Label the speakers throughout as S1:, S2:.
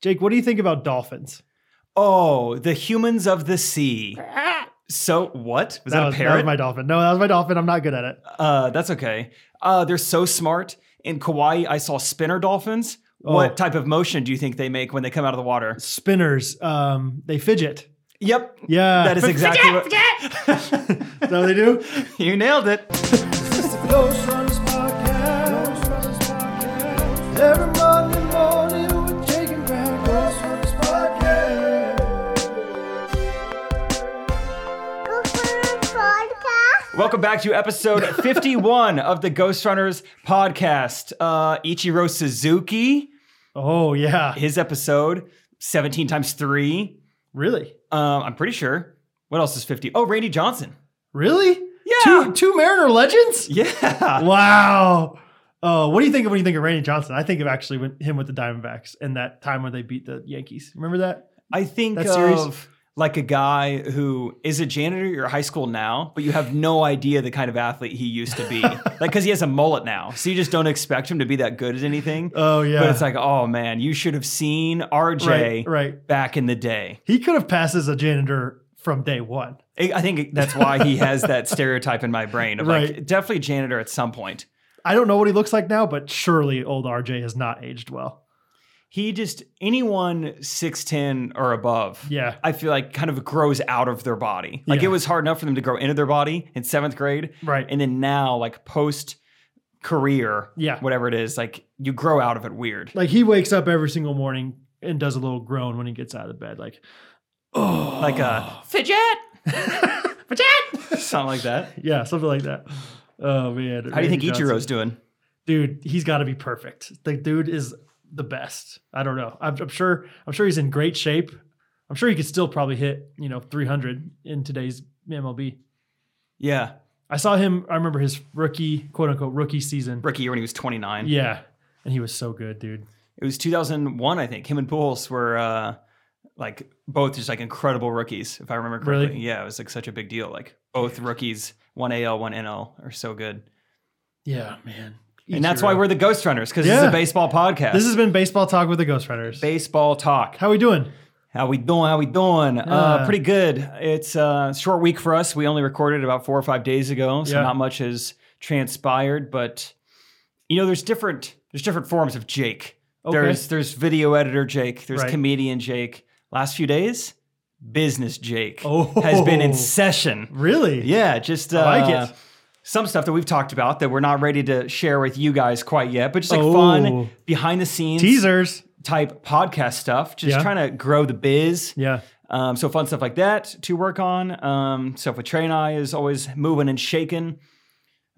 S1: Jake, what do you think about dolphins?
S2: Oh, the humans of the sea. So what? Was that, a
S1: was,
S2: parrot?
S1: That was my dolphin. No, that was my dolphin. I'm not good at it.
S2: uh, that's okay. Uh, they're so smart. In Kauai, I saw spinner dolphins.
S1: Oh.
S2: What type of motion do you think they make when they come out of the water?
S1: Spinners, um, they fidget.
S2: Yep.
S1: Yeah.
S2: That is exactly what
S1: Is that what they do?
S2: you nailed it.
S3: Ghost Runners Podcast. Ghost Runners Podcast. Every Monday morning with Jake and Graham. Ghost Runners Podcast.
S2: Welcome back to episode 51 of the Ghost Runners podcast. Uh, Ichiro Suzuki,
S1: Oh, yeah.
S2: his episode, 17 times three.
S1: Really?
S2: Um, I'm pretty sure. What else is 50? Oh, Randy Johnson.
S1: Really?
S2: Yeah.
S1: Two, two Mariner legends?
S2: Yeah.
S1: Wow. Oh, what do you think of when you think of Randy Johnson? I think of actually when, him with the Diamondbacks and that time when they beat the Yankees. Remember that?
S2: I think
S1: That
S2: of
S1: series?
S2: like a guy who is a janitor at your high school now, but you have no idea the kind of athlete he used to be. like, because he has a mullet now. So you just don't expect him to be that good at anything.
S1: Oh, yeah.
S2: But it's like, oh man, you should have seen RJ
S1: right, right.
S2: back in the day.
S1: He could have passed as a janitor from day one.
S2: I I think that's why he has that stereotype in my brain of like
S1: Right.
S2: definitely janitor at some point.
S1: I don't know what he looks like now, but surely old RJ has not aged well.
S2: He just anyone 6'10 or above.
S1: Yeah.
S2: I feel like kind of grows out of their body. Like
S1: Yeah.
S2: it was hard enough for them to grow into their body in seventh grade.
S1: Right.
S2: And then now, like post career,
S1: Yeah.
S2: whatever it is, like you grow out of it weird.
S1: Like he wakes up every single morning and does a little groan when he gets out of bed. Like, oh.
S2: Like uh, a fidget, fidget, something like that.
S1: Yeah, something like that. Oh, man.
S2: How do you think
S1: Randy Johnson.
S2: Ichiro's doing?
S1: dude he's got to be perfect the dude is the best i don't know I'm, I'm sure i'm sure he's in great shape i'm sure he could still probably hit you know 300 in today's mlb
S2: Yeah.
S1: i saw him i remember his rookie quote unquote rookie season
S2: Rookie year when he was 29.
S1: yeah and he was so good dude
S2: It was 2001, I think. Him and Pujols were uh, like both just like incredible rookies, if I remember correctly.
S1: Really?
S2: Yeah, it was like such a big deal. Like both rookies, one AL, one NL, are so good.
S1: yeah man
S2: And that's why
S1: Ichiro.
S2: we're the Ghost Runners because this is
S1: Yeah.
S2: a baseball podcast.
S1: this has been baseball talk with the ghost runners
S2: baseball talk.
S1: how we doing
S2: How we doing? How we doing? Uh,
S1: Yeah.
S2: pretty good. It's a short week for us. We only recorded about four or five days ago, so
S1: Yeah.
S2: not much has transpired. But you know, there's different there's different forms of Jake.
S1: Okay.
S2: There's there's video editor Jake. There's
S1: Right.
S2: comedian Jake. Last few days, business Jake
S1: Oh.
S2: has been in session.
S1: really
S2: Yeah, just uh,
S1: I like it.
S2: Some stuff that we've talked about that we're not ready to share with you guys quite yet, but just like
S1: Oh.
S2: fun behind the scenes
S1: teasers
S2: type podcast stuff. Just
S1: Yeah.
S2: trying to grow the biz.
S1: yeah
S2: Um, so fun stuff like that to work on. Um, stuff with Trey and I is always moving and shaking.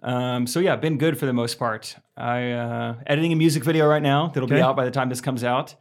S2: Um, so yeah, been good for the most part. I uh, editing a music video right now that'll be
S1: Okay.
S2: out by the time this comes out.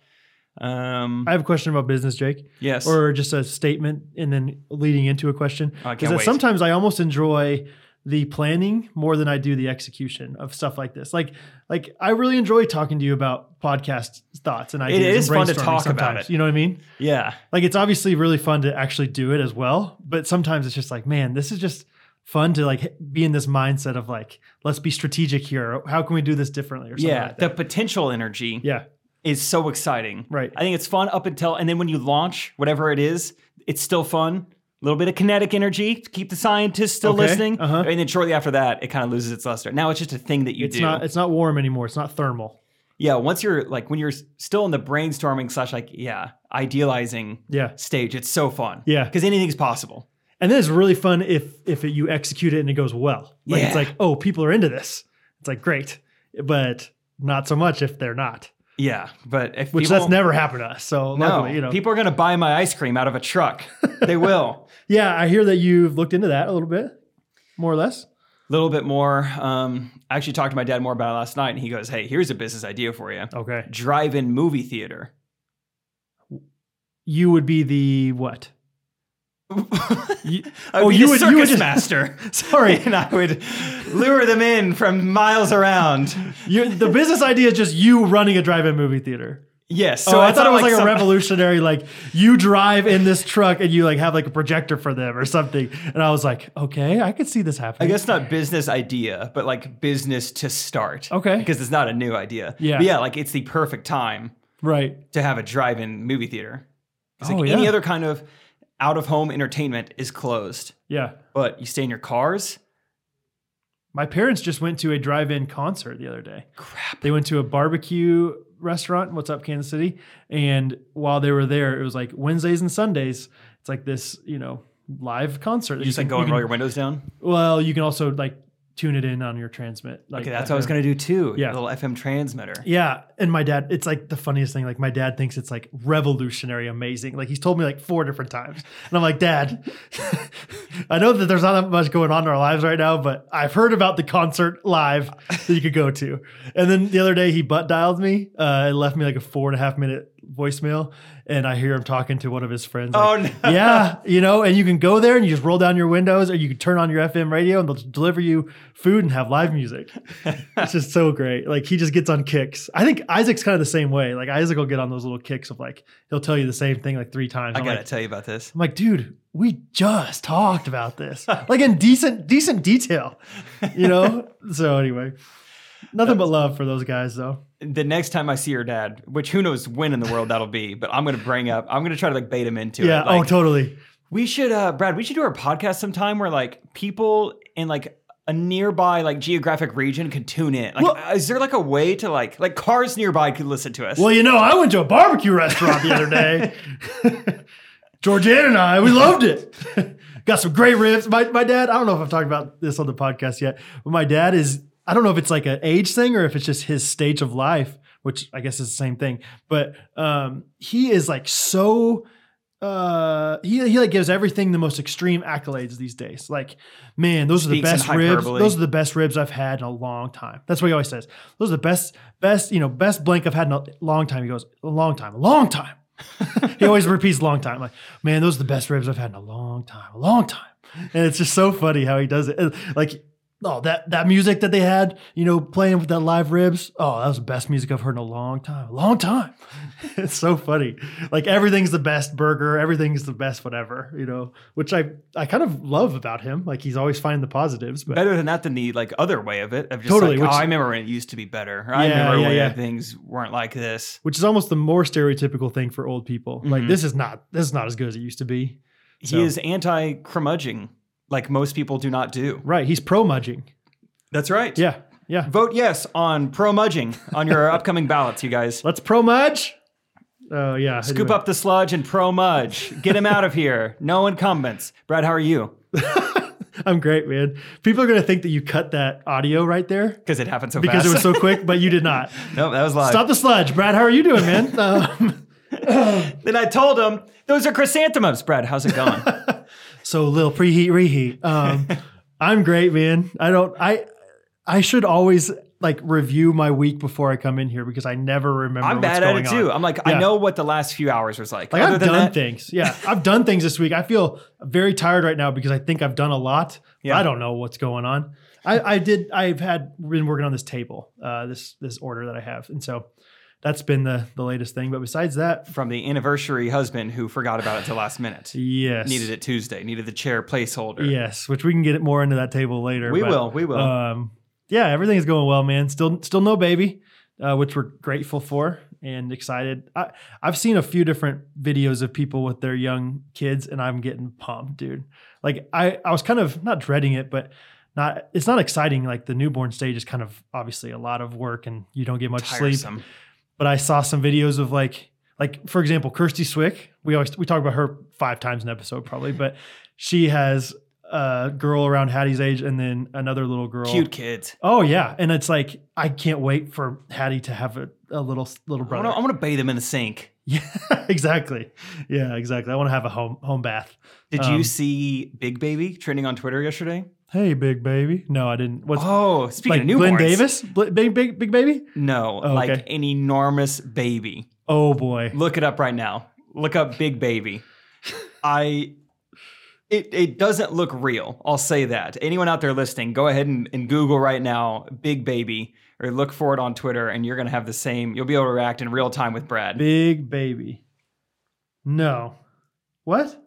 S2: Um,
S1: i have a question about business jake
S2: yes,
S1: or just a statement and then leading into a question.
S2: Oh, I can't
S1: Because
S2: wait.
S1: sometimes I almost enjoy the planning more than I do the execution of stuff like this. Like, like I really enjoy talking to you about podcast thoughts and ideas.
S2: is
S1: and
S2: fun to
S1: brainstorming
S2: talk about
S1: sometimes,
S2: it.
S1: You know what I mean?
S2: yeah,
S1: Like, it's obviously really fun to actually do it as well. But sometimes it's just like, man, this is just fun to like be in this mindset of like, let's be strategic here. Or, How can we do this differently? Or something
S2: yeah.
S1: like
S2: the
S1: that.
S2: potential energy
S1: yeah,
S2: is so exciting.
S1: Right.
S2: I think it's fun up until and then when you launch whatever it is, it's still fun. A little bit of kinetic energy to keep the scientists still
S1: Okay,
S2: listening,
S1: uh-huh.
S2: and then shortly after that, it kind of loses its luster. Now it's just a thing that you
S1: it's
S2: do.
S1: not it's not warm anymore. It's not thermal.
S2: Yeah, once you're like when you're s- still in the brainstorming slash like yeah idealizing
S1: Yeah.
S2: stage, it's so fun.
S1: Yeah.
S2: because anything's possible.
S1: And then it's really fun if if it, you execute it and it goes well. Like it's
S2: Yeah.
S1: like, oh, people are into this. It's like great, but not so much if they're not,
S2: Yeah, but if
S1: which
S2: people,
S1: that's never happened to us. So
S2: no,
S1: luckily, you know,
S2: people are gonna buy my ice cream out of a truck. they will.
S1: yeah, I hear that you've looked into that a little bit, more or less.
S2: A little bit more. Um, I actually talked to my dad more about it last night, and he goes, "Hey, here's a business idea for you:
S1: Okay,
S2: drive-in movie theater."
S1: you would be the what? You-
S2: I would
S1: Oh,
S2: be
S1: you
S2: the
S1: would- you
S2: circus
S1: would just-
S2: master.
S1: Sorry.
S2: and I would lure them in from miles around.
S1: you the business idea is just you running a drive-in movie theater.
S2: Yes.
S1: So oh, I, thought it was like, a
S2: some-
S1: revolutionary, like you drive in this truck and you like have like a projector for them or something. And I was like, okay, I could see this
S2: I
S1: happening.
S2: guess not business idea, but like business to start.
S1: Okay.
S2: Because it's not a new idea.
S1: Yeah.
S2: But yeah, like it's the perfect time
S1: Right.
S2: to have a drive-in movie theater. 'Cause,
S1: Oh,
S2: like
S1: yeah.
S2: any other kind of out-of-home entertainment is closed,
S1: Yeah.
S2: but you stay in your cars.
S1: My parents just went to a drive-in concert the other day.
S2: Crap.
S1: They went to a barbecue restaurant, in what's up, Kansas City. And while they were there, it was like Wednesdays and Sundays. It's like this, you know, live concert.
S2: You just like
S1: can-
S2: go and
S1: can-
S2: roll your windows down.
S1: Well, you can also like tune it in on your transmit. Like
S2: Okay, that's what I was
S1: FM.
S2: gonna do too.
S1: Yeah.
S2: Yeah, little FM transmitter.
S1: Yeah, and my dad, it's like the funniest thing. Like my dad thinks it's like revolutionary, amazing. Like he's told me like four different times, and I'm like, Dad, I know that there's not that much going on in our lives right now, but I've heard about the concert live that you could go to. And then the other day, he butt dialed me uh, and left me like a four and a half minute voicemail, and I hear him talking to one of his friends. like,
S2: Oh no.
S1: yeah, you know, and you can go there and you just roll down your windows or you can turn on your FM radio and they'll just deliver you food and have live music. it's just so great. Like he just gets on kicks. I think Isaac's kind of the same way. Like Isaac will get on those little kicks of like he'll tell you the same thing like three times.
S2: I
S1: I'm
S2: gotta
S1: like,
S2: tell you about this.
S1: I'm like, dude, we just talked about this. like in decent decent detail. You know? so anyway. Nothing but love for those guys though.
S2: The next time I see your dad, which who knows when in the world that'll be, but I'm gonna bring up. I'm gonna try to like bait him into
S1: Yeah.
S2: it. Like,
S1: oh, totally.
S2: We should, uh, Brad. We should do our podcast sometime where like people in like a nearby like geographic region can tune in. Like, uh,
S1: Well-
S2: is there like a way to like like cars nearby could listen to us?
S1: Well, you know, I went to a barbecue restaurant the other day. Georgiana and I, we loved it. Got some great ribs. My, my dad, I don't know if I've talked about this on the podcast yet, but my dad is, I don't know if it's like an age thing or if it's just his stage of life, which I guess is the same thing. But um, he is like so uh he, he like gives everything the most extreme accolades these days like man those are the
S2: Speaks in
S1: best ribs
S2: hyperbole.
S1: those are the best ribs i've had in a long time that's what he always says those are the best best you know best blank i've had in a long time he goes a long time a long time he always repeats long time like man those are the best ribs i've had in a long time a long time and it's just so funny how he does it And, like oh that that music that they had you know playing with that live ribs oh that was the best music i've heard in a long time a long time it's so funny like everything's the best burger everything's the best whatever you know which i i kind of love about him like he's always finding the positives but
S2: better than that than the like other way of it of just
S1: Totally,
S2: like
S1: which-
S2: oh, I remember when it used to be better. Or I
S1: Yeah,
S2: remember
S1: yeah,
S2: when
S1: yeah.
S2: things weren't like this.
S1: which is almost the more stereotypical thing for old people like
S2: Mhm.
S1: this is not this is not as good as it used to be So-
S2: He is anti curmudgeon, like most people do not do.
S1: right he's pro mudging
S2: That's right.
S1: yeah yeah
S2: Vote yes on pro mudging on your upcoming ballots, you guys.
S1: let's pro mudge oh yeah
S2: Scoop up the sludge and pro mudge. Get him out of here. No incumbents. Brad, how are you?
S1: i'm great man people are gonna think that you cut that audio right there
S2: Because it happened so
S1: because
S2: fast.
S1: it was so quick but you did not
S2: no, that was live.
S1: stop the sludge brad how are you doing man um,
S2: Then I told him those are chrysanthemums. Brad, how's it going?
S1: So Lil, preheat, reheat. Um, I'm great, man. I don't. I I should always like review my week before I come in here because I never remember.
S2: I'm
S1: what's
S2: bad at
S1: going
S2: it too.
S1: on.
S2: I'm like,
S1: Yeah.
S2: I know what the last few hours was like.
S1: Like
S2: Other
S1: I've
S2: than
S1: done
S2: that,
S1: things. Yeah, I've done things this week. I feel very tired right now because I think I've done a lot.
S2: Yeah.
S1: I don't know what's going on. I, I did. I've had been working on this table, uh, this this order that I have, and so that's been the the latest thing. But besides that,
S2: from the anniversary husband who forgot about it till last minute.
S1: yes,
S2: Needed it Tuesday. Needed the chair placeholder.
S1: Yes, which we can get it more into that table later.
S2: We
S1: but,
S2: will, we will.
S1: Um, yeah, everything's going well, man. Still, still no baby, uh, which we're grateful for and excited. I, I've seen a few different videos of people with their young kids, and I'm getting pumped, dude. Like I, I was kind of not dreading it, but not. It's not exciting. Like the newborn stage is kind of obviously a lot of work, and you don't get much sleep
S2: Tiresome.
S1: but I saw some videos of like like for example Kirsty Swick. We always we talk about her five times an episode probably, but she has a girl around Hattie's age and then another little girl.
S2: Cute kids.
S1: Oh yeah, and it's like I can't wait for Hattie to have a, a little little
S2: I
S1: brother.
S2: want to bathe him in the sink.
S1: yeah, exactly. Yeah, exactly. I want to have a home home bath.
S2: Did
S1: Um,
S2: you see Big Baby trending on Twitter yesterday?
S1: Hey, big baby. No, I didn't. What's
S2: Oh, speaking
S1: like
S2: of newborns.
S1: Glenn Davis? Bl- Big big big baby?
S2: No,
S1: Oh,
S2: like
S1: okay.
S2: an enormous baby.
S1: Oh boy.
S2: Look it up right now. Look up Big Baby. I it it doesn't look real. I'll say that. Anyone out there listening, go ahead and, and Google right now Big Baby or look for it on Twitter and you're gonna have the same you'll be able to react in real time with Brad.
S1: Big baby. No. What?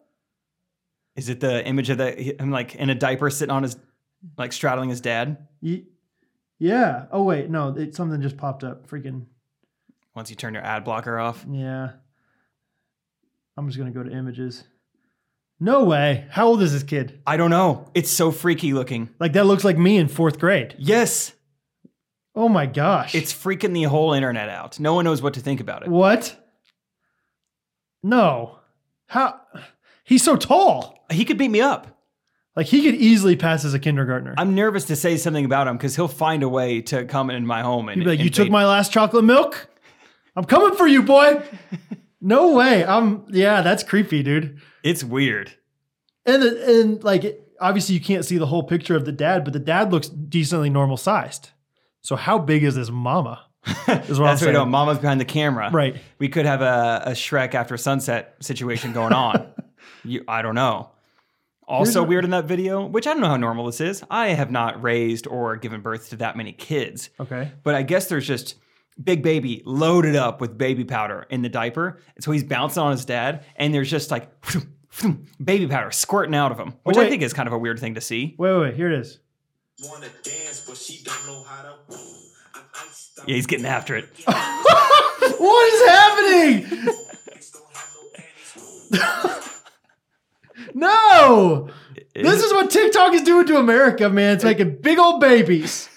S2: Is it the image of that him like in a diaper sitting on his like straddling his dad?
S1: Ye- Yeah. Oh wait, no, it, something just popped up. Freaking
S2: once you turn your ad blocker off.
S1: Yeah. I'm just gonna go to images. No way. How old is this kid?
S2: I don't know. It's so freaky looking.
S1: Like that looks like me in fourth grade.
S2: Yes,
S1: Oh my gosh.
S2: it's freaking the whole internet out. No one knows what to think about it.
S1: what? No. How he's so tall.
S2: He could beat me up.
S1: Like he could easily pass as a kindergartner.
S2: I'm nervous to say something about him because he'll find a way to come in my home and
S1: You'd be like,
S2: and
S1: you took
S2: bait-
S1: my last chocolate milk? I'm coming for you, boy. no way. I'm yeah, that's creepy, dude.
S2: It's weird.
S1: And and like obviously you can't see the whole picture of the dad, but the dad looks decently normal sized. So how big is this mama? Is what
S2: That's
S1: I'm
S2: right.
S1: saying.
S2: No, Mama's behind the camera.
S1: Right.
S2: We could have a, a Shrek after sunset situation going on. you, I don't know. Also
S1: Here's a-
S2: weird in that video, which I don't know how normal this is. I have not raised or given birth to that many kids,
S1: Okay.
S2: but I guess there's just Big Baby loaded up with baby powder in the diaper, and so he's bouncing on his dad, and there's just like baby powder squirting out of him, which I
S1: wait.
S2: think is kind of a weird thing to see.
S1: Wait, wait, wait. Here it is.
S4: wanna dance, but she don't know how to. I'm iced out.
S2: Yeah, he's getting after it.
S1: What is happening?
S4: Niggas don't have no panties.
S1: No. This
S2: It-
S1: is what TikTok is doing to America, man. It's making big old babies.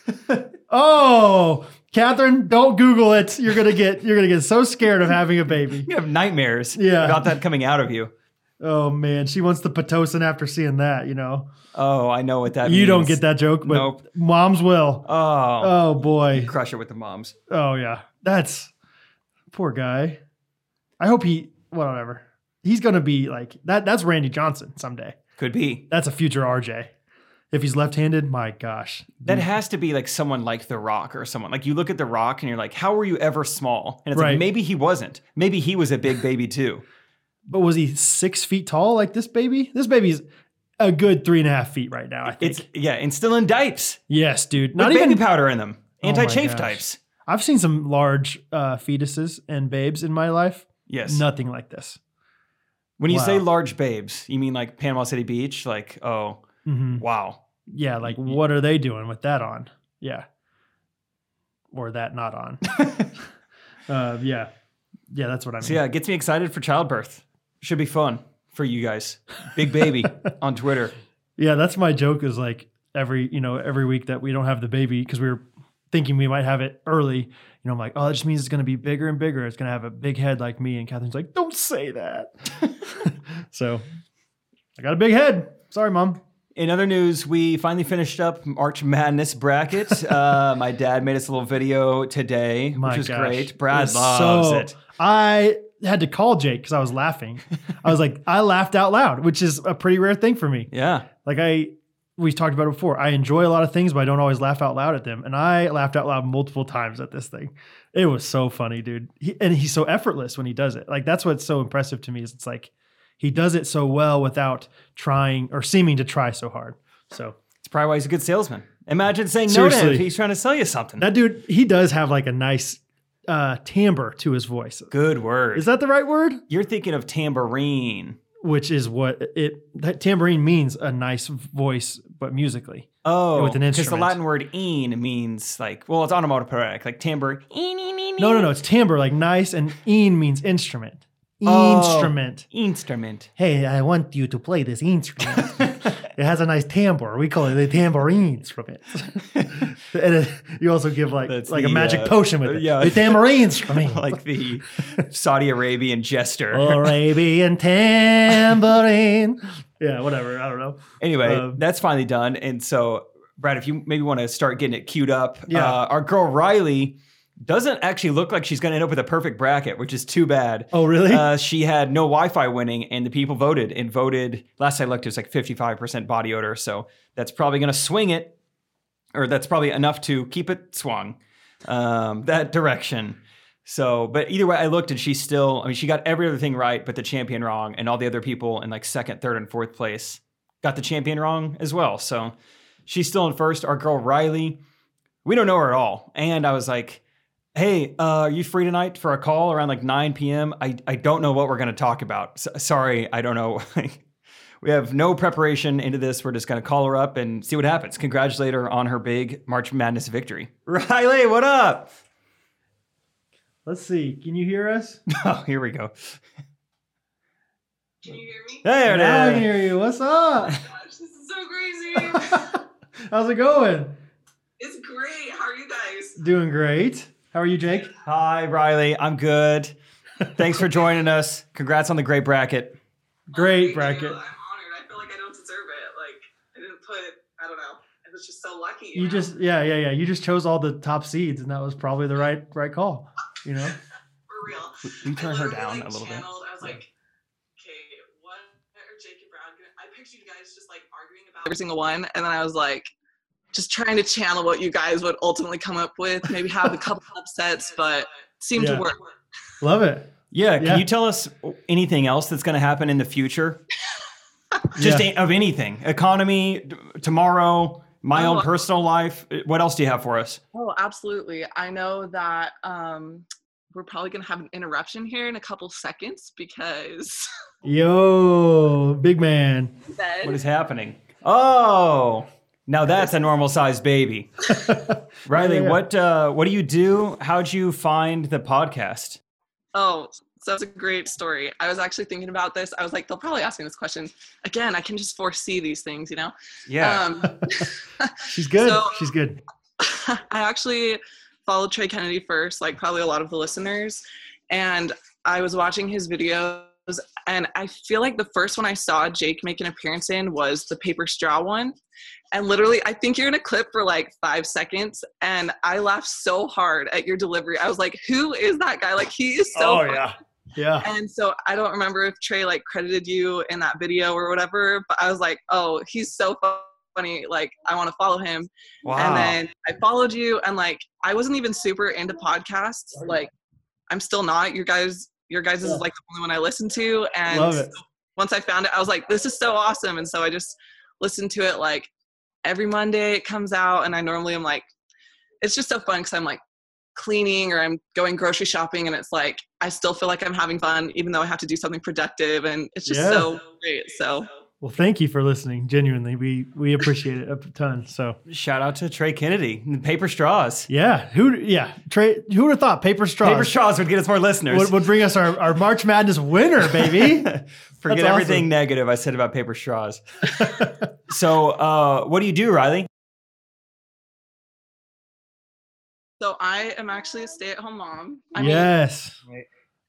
S1: oh, Catherine, don't Google it. You're gonna get you're gonna get so scared of having a baby.
S2: you have nightmares
S1: Yeah.
S2: about that coming out of you.
S1: Oh man, she wants the pitocin after seeing that. You know,
S2: Oh, I know what that
S1: you
S2: means.
S1: don't get that joke, but
S2: Nope.
S1: moms will.
S2: Oh,
S1: Oh boy.
S2: crush it with the moms.
S1: Oh yeah, that's poor guy. I hope he whatever. He's gonna be like that. That's Randy Johnson someday.
S2: Could be.
S1: That's a future RJ. If he's left-handed, my gosh.
S2: That has to be like someone like The Rock or someone. Like you look at The Rock and you're like, how were you ever small? And it's
S1: Right.
S2: like, maybe he wasn't. Maybe he was a big baby too.
S1: But was he six feet tall like this baby? This baby's a good three and a half feet right now. I think.
S2: It's, yeah, and still in diapes.
S1: yes, dude.
S2: Not
S1: Not
S2: baby
S1: even.
S2: powder in them.
S1: Oh my
S2: Anti chafe
S1: gosh.
S2: types.
S1: I've seen some large uh, fetuses and babes in my life.
S2: Yes.
S1: Nothing like this.
S2: When you say
S1: Wow.
S2: large babes, you mean like Panama City Beach? Like, oh,
S1: hmm
S2: wow.
S1: Yeah, like
S2: Y- y-
S1: what are they doing with that on? Yeah, or that not on. uh, yeah, yeah, that's what I mean.
S2: So yeah, it gets me excited for childbirth. Should be fun for you guys. Big baby on Twitter.
S1: Yeah, that's my joke is like every, you know, every week that we don't have the baby because we were thinking we might have it early. You know, I'm like, oh, that just means it's going to be bigger and bigger. It's going to have a big head like me. And Catherine's like, don't say that. so I got a big head. Sorry, mom.
S2: In other news, we finally finished up March Madness bracket. uh, my dad made us a little video today,
S1: My
S2: which was
S1: gosh.
S2: great. Brad
S1: was
S2: loves
S1: so-
S2: it.
S1: I had to call Jake because I was laughing. I was like, I laughed out loud, which is a pretty rare thing for me.
S2: Yeah,
S1: Like I we've talked about it before. I enjoy a lot of things, but I don't always laugh out loud at them. And I laughed out loud multiple times at this thing. It was so funny, dude. He, and he's so effortless when he does it. Like that's what's so impressive to me is it's like he does it so well without trying or seeming to try so hard. So
S2: it's probably why he's a good salesman. Imagine saying no to
S1: Seriously.
S2: him. He's trying to sell you something.
S1: that dude, he does have like a nice uh timbre to his voice.
S2: good word.
S1: Is that the right word?
S2: You're thinking of tambourine.
S1: Which is what it that tambourine means a nice voice, but musically.
S2: Oh,
S1: With an
S2: because the
S1: instrument.
S2: Latin word "een" means like, well, it's onomatopoeic, like tambour. "een, een, een,
S1: No, no,
S2: een."
S1: no. It's timbre, like nice, and een means instrument.
S2: Oh.
S1: Instrument.
S2: Instrument.
S1: Hey, I want you to play this instrument. it has a nice timbre. We call it the tambourine instrument. and it, you also give like
S2: That's
S1: like
S2: the,
S1: a magic
S2: uh,
S1: potion with it.
S2: yeah.
S1: The tambourine instrument.
S2: Like the Saudi Arabian jester.
S1: Oh, Arabian tambourine. yeah, whatever. I don't know.
S2: Anyway,
S1: Um,
S2: that's finally done. And so, Brad, if you maybe want to start getting it queued up,
S1: Yeah.
S2: uh, our girl Riley doesn't actually look like she's going to end up with a perfect bracket, which is too bad.
S1: Oh, really?
S2: Uh, she had no Wi Fi winning, and the people voted and voted. Last I looked, it was like 55% body odor. So that's probably going to swing it, or that's probably enough to keep it swung um, that direction. So, but either way, I looked and she's still, I mean, she got every other thing right, but the champion wrong, and all the other people in like second, third, and fourth place got the champion wrong as well. So she's still in first. Our girl Riley, we don't know her at all. And I was like, hey, uh, are you free tonight for a call around like 9 p.m.? I, I don't know what we're going to talk about. S- sorry, I don't know. we have no preparation into this. We're just going to call her up and see what happens. Congratulate her on her big March Madness victory. Riley, what up?
S1: Let's see. Can you hear us?
S2: Oh, here we go.
S5: Can you hear me?
S2: There
S1: now I
S2: it
S1: can
S2: is.
S1: hear you. What's up?
S5: Gosh, this is so crazy.
S1: How's it going?
S5: it's great. How are you guys?
S1: Doing great. How are you, Jake?
S2: Hi, Riley. I'm good. Thanks for joining us. Congrats on the great bracket.
S1: Great
S5: Oh, thank you.
S1: bracket.
S5: I'm honored. I feel like I don't deserve it. Like I didn't put. I don't know. I was just so lucky.
S1: You
S5: know?
S1: just yeah, yeah, yeah. You just chose all the top seeds, and that was probably the right right call. You know?
S5: for real.
S2: You
S5: I
S2: turn her
S5: literally,
S2: down
S5: like,
S2: a little bit.
S5: channeled- I was
S2: Yeah.
S5: like, okay, what are Jake and Brown gonna? I pictured you guys just like arguing about every single one, and then I was like, just trying to channel what you guys would ultimately come up with. Maybe have a couple upsets, but seemed
S1: Yeah.
S5: to work.
S1: Love it.
S2: Yeah, can
S1: Yeah.
S2: you tell us anything else that's going to happen in the future? Just
S1: Yeah.
S2: a- of anything, economy, d- tomorrow, my own
S5: Oh.
S2: personal life. Uh, What else do you have for us?
S5: Oh, absolutely. I know that um, we're probably going to have an interruption here in a couple seconds because
S1: Yo, big man.
S5: Ben,
S2: What is happening? Oh, now that's a normal sized baby. Riley,
S1: Yeah, yeah.
S2: what uh, what do you do? How'd you find the podcast?
S5: Oh, so that's a great story. I was actually thinking about this. I was like, they'll probably ask me this question again. I can just foresee these things, you know.
S2: Yeah,
S5: Um,
S1: She's good.
S5: So-
S1: She's good.
S5: I actually followed Trey Kennedy first, like probably a lot of the listeners, and I was watching his videos. And I feel like the first one I saw Jake make an appearance in was the paper straw one. And literally, I think you're in a clip for like five seconds. And I laughed so hard at your delivery. I was like, who is that guy? Like, he is so
S1: oh
S5: funny.
S1: yeah. Yeah.
S5: And so I don't remember if Trey like credited you in that video or whatever, but I was like, oh, he's so fu- funny. Like, I want to follow him.
S2: wow.
S5: And then I followed you, and like, I wasn't even super into podcasts. Like, I'm still not. Your guys, your guys
S1: Yeah.
S5: is like the only one I listen to. And
S1: Love it.
S5: once I found it, I was like, this is so awesome. And so I just listened to it like every Monday it comes out. And I normally am like, it's just so fun because I'm like cleaning or I'm going grocery shopping. And it's like, I still feel like I'm having fun, even though I have to do something productive. And it's just
S1: Yeah.
S5: so great. So
S1: Well, thank you for listening. Genuinely, we we appreciate it a ton. So
S2: Shout out to Trey Kennedy, and Paper Straws.
S1: yeah, who yeah Trey? Who would have thought paper straws?
S2: Paper Straws would get us more listeners.
S1: would, would bring us our, our March Madness winner, baby.
S2: Forget
S1: That's awesome.
S2: everything negative I said about paper straws. so, uh, what do you do, Riley?
S5: so I am actually a stay at home mom. I
S1: yes.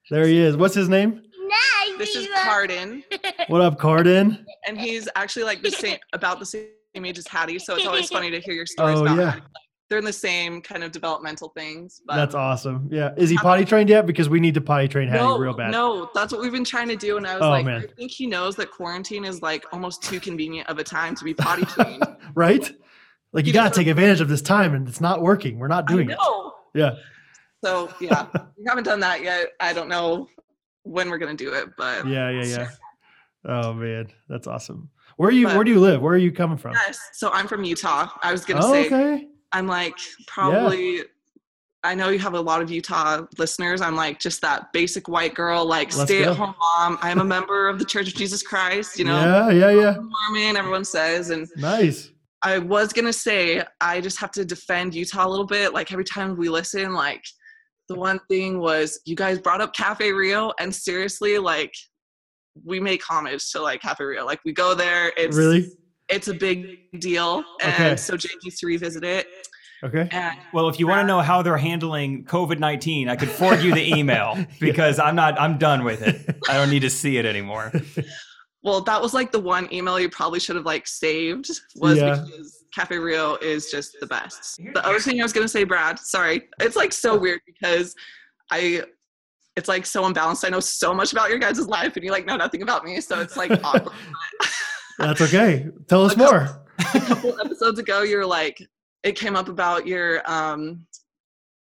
S1: There he is. What's his name?
S5: mean, this is Carden.
S1: What up, Cardin?
S5: and he's actually like the same about the same age as Hattie, so it's always funny to hear your stories
S1: Oh,
S5: about
S1: yeah.
S5: her. they're in the same kind of developmental things. But
S1: That's awesome. Yeah. Is he potty trained yet? Because we need to potty train Hattie
S5: no,
S1: real bad.
S5: no, that's what we've been trying to do, and I was
S1: Oh,
S5: like,
S1: man.
S5: I think he knows that quarantine is like almost too convenient of a time to be potty trained.
S1: Right? Like you
S5: He
S1: gotta
S5: just-
S1: take advantage of this time and it's not working. We're not doing
S5: I
S1: it.
S5: know.
S1: Yeah.
S5: So yeah, we haven't done that yet. I don't know when we're gonna do it, but
S1: Yeah, yeah, yeah. Oh man, that's awesome. Where are you
S5: But-
S1: where do you live? Where are you coming from?
S5: yes. So I'm from Utah. I was gonna
S1: Oh,
S5: say
S1: okay.
S5: I'm like probably I know you have a lot of Utah listeners. I'm like just that basic white girl, like
S1: Let's
S5: stay
S1: go.
S5: at home mom. I'm a member of the Church of Jesus Christ, you know. um,
S1: yeah, yeah, yeah.
S5: Mormon, everyone says. And
S1: Nice.
S5: I was gonna say I just have to defend Utah a little bit. Like every time we listen, like the one thing was you guys brought up Cafe Rio and seriously, like we make homage to like Cafe Rio. Like we go there, it's
S1: Really?
S5: it's a big deal. And
S1: Okay.
S5: so Jake needs to revisit it.
S1: Okay.
S5: And
S2: Well, if you want to know how they're handling COVID nineteen, I could forward you the email because I'm not. I'm done with it. I don't need to see it anymore.
S5: Well, that was like the one email you probably should have like saved was
S1: Yeah.
S5: because Cafe Rio is just the best. The other thing I was gonna say, Brad, sorry, it's like so weird because I, it's like so unbalanced. I know so much about your guys' life, and you like know nothing about me, so it's like awkward.
S1: That's okay. Tell us
S5: Okay.
S1: more.
S5: a couple episodes ago, you were like, it came up about your um,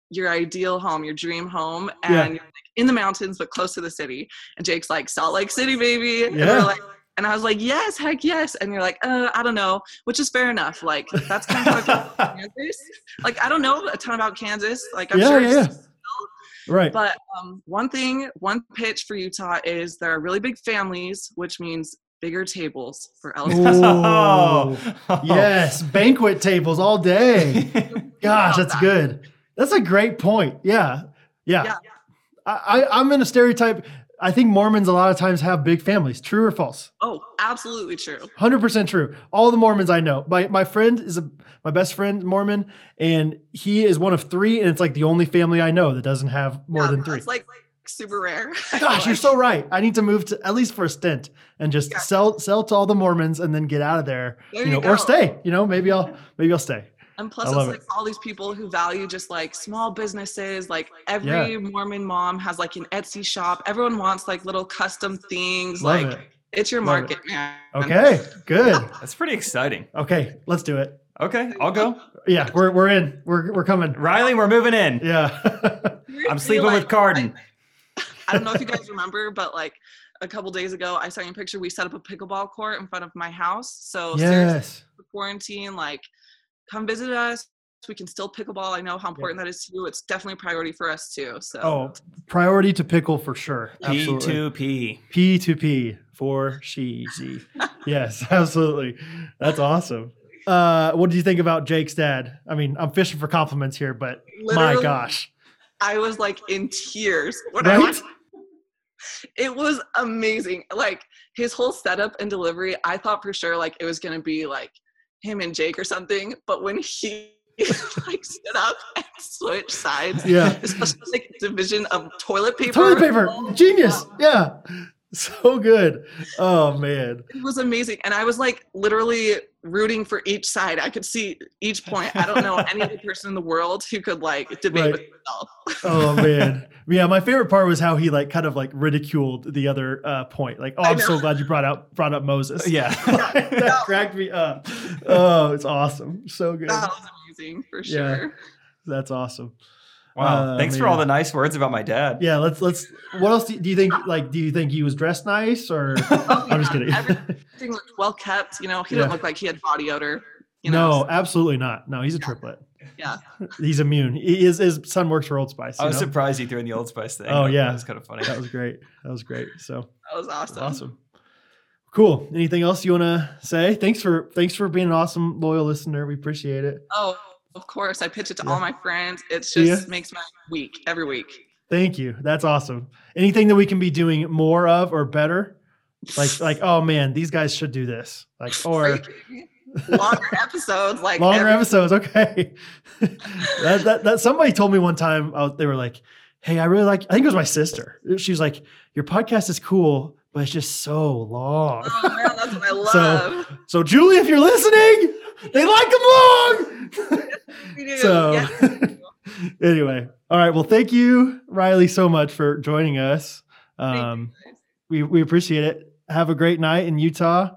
S5: your ideal home, your dream home, and
S1: Yeah.
S5: you're like in the mountains but close to the city. And Jake's like, Salt Lake City, baby. And, we're
S1: Yeah.
S5: like, and I was like, yes, heck yes. And you're like, uh, I don't know, which is fair enough. Like that's kind of how I feel about Kansas. Like I don't know a ton about Kansas. Like I'm
S1: Yeah,
S5: sure.
S1: yeah,
S5: it's-
S1: Right.
S5: But um, one thing, one pitch for Utah is there are really big families, which means bigger tables for eligible.
S1: Oh,
S2: Oh.
S1: yes, banquet tables all day. Gosh, that's good. That's a great point. Yeah. Yeah.
S5: Yeah.
S1: I, I I'm in a stereotype. I think Mormons a lot of times have big families. True or false?
S5: Oh, absolutely true.
S1: Hundred percent true. All the Mormons I know. My my friend is a my best friend Mormon, and he is one of three, and it's like the only family I know that doesn't have more
S5: Yeah,
S1: than three.
S5: That's like, like super rare.
S1: Gosh, you're so right. I need to move to at least for a stint and just
S5: Yeah.
S1: sell sell to all the Mormons and then get out of there.
S5: There
S1: you
S5: you
S1: know, or
S5: go.
S1: stay. You know, maybe I'll maybe I'll stay.
S5: And plus,
S1: I
S5: it's
S1: love
S5: like all these people who value just like small businesses. Like every
S1: Yeah.
S5: Mormon mom has like an Etsy shop. Everyone wants like little custom things.
S1: Love
S5: like
S1: it.
S5: it's your
S1: Love it.
S5: market, man.
S1: Okay, good.
S2: That's pretty exciting.
S1: Okay, let's do it.
S2: Okay, I'll go.
S1: Yeah, we're we're in. We're we're coming.
S2: Riley, we're moving in.
S1: Yeah.
S5: Seriously,
S2: I'm sleeping with
S5: like,
S2: Carden.
S5: I don't know if you guys remember, but like a couple days ago, I saw you a picture. We set up a pickleball court in front of my house. So seriously,
S1: yes.
S5: quarantine, like come visit us. We can still pickleball. I know how important that is to you. It's definitely a priority for us too. So
S1: Oh, priority to pickle for sure. Absolutely.
S2: P2P.
S1: P to P for she Z. yes, absolutely. That's awesome. Uh, what do you think about Jake's dad? I mean, I'm fishing for compliments here, but my
S5: Literally,
S1: gosh,
S5: I was like in tears when I
S1: right?
S5: watched. It was amazing. Like his whole setup and delivery, I thought for sure like it was gonna be like him and Jake or something. But when he like stood up and switched sides,
S1: Yeah.
S5: especially like division of toilet paper,
S1: Toilet paper, genius. Yeah, so good. Oh man,
S5: It was amazing, and I was like literally rooting for each side. I could see each point. I don't know any other person in the world who could like debate
S1: Right.
S5: with himself.
S1: oh man. Yeah, my favorite part was how he like kind of like ridiculed the other uh, point. Like, oh,
S5: I
S1: I'm
S5: know.
S1: so glad you brought out brought up Moses.
S2: Yeah.
S1: that cracked me up. Oh, it's awesome. So good.
S5: That was amazing for
S1: Yeah.
S5: sure.
S1: That's awesome.
S2: Wow.
S1: Uh,
S2: Thanks for all
S1: man.
S2: the nice words about my dad.
S1: Yeah, let's let's. What else do you, do you think? Like, do you think he was dressed nice or? I'm just
S5: yeah,
S1: kidding.
S5: Everything looked well kept. You know, he
S1: Yeah.
S5: didn't look like he had body odor. You
S1: no,
S5: know,
S1: absolutely not. No, he's a triplet.
S5: Yeah.
S1: he's immune. He is, his son works for Old Spice.
S2: I
S1: you
S2: was
S1: know?
S2: surprised you threw in the Old Spice thing.
S1: Oh, yeah.
S2: That was kind of funny.
S1: That was great. That was great. So
S5: that was awesome.
S1: awesome. Cool. Anything else you want to say? Thanks for thanks for being an awesome loyal listener. We appreciate it.
S5: Oh, of course. I pitch it to
S1: Yeah.
S5: all my friends. It just
S1: See ya.
S5: makes my week every week.
S1: Thank you. That's awesome. Anything that we can be doing more of or better? Like like oh man, these guys should do this. Like
S5: Are
S1: or
S5: you kidding me? longer episodes, like
S1: longer
S5: every-
S1: episodes. Okay. that, that, that somebody told me one time uh, they were like, "Hey, I really like." I think it was my sister. She was like, "Your podcast is cool, but it's just so long."
S5: Oh man, that's what I
S1: So-
S5: love.
S1: so, Julie, if you're listening, they like them long.
S5: We do,
S1: so,
S5: yeah.
S1: anyway, all right. Well, thank you, Riley, so much for joining us.
S5: Thank you,
S1: Um,
S5: guys.
S1: we we appreciate it. Have a great night in Utah.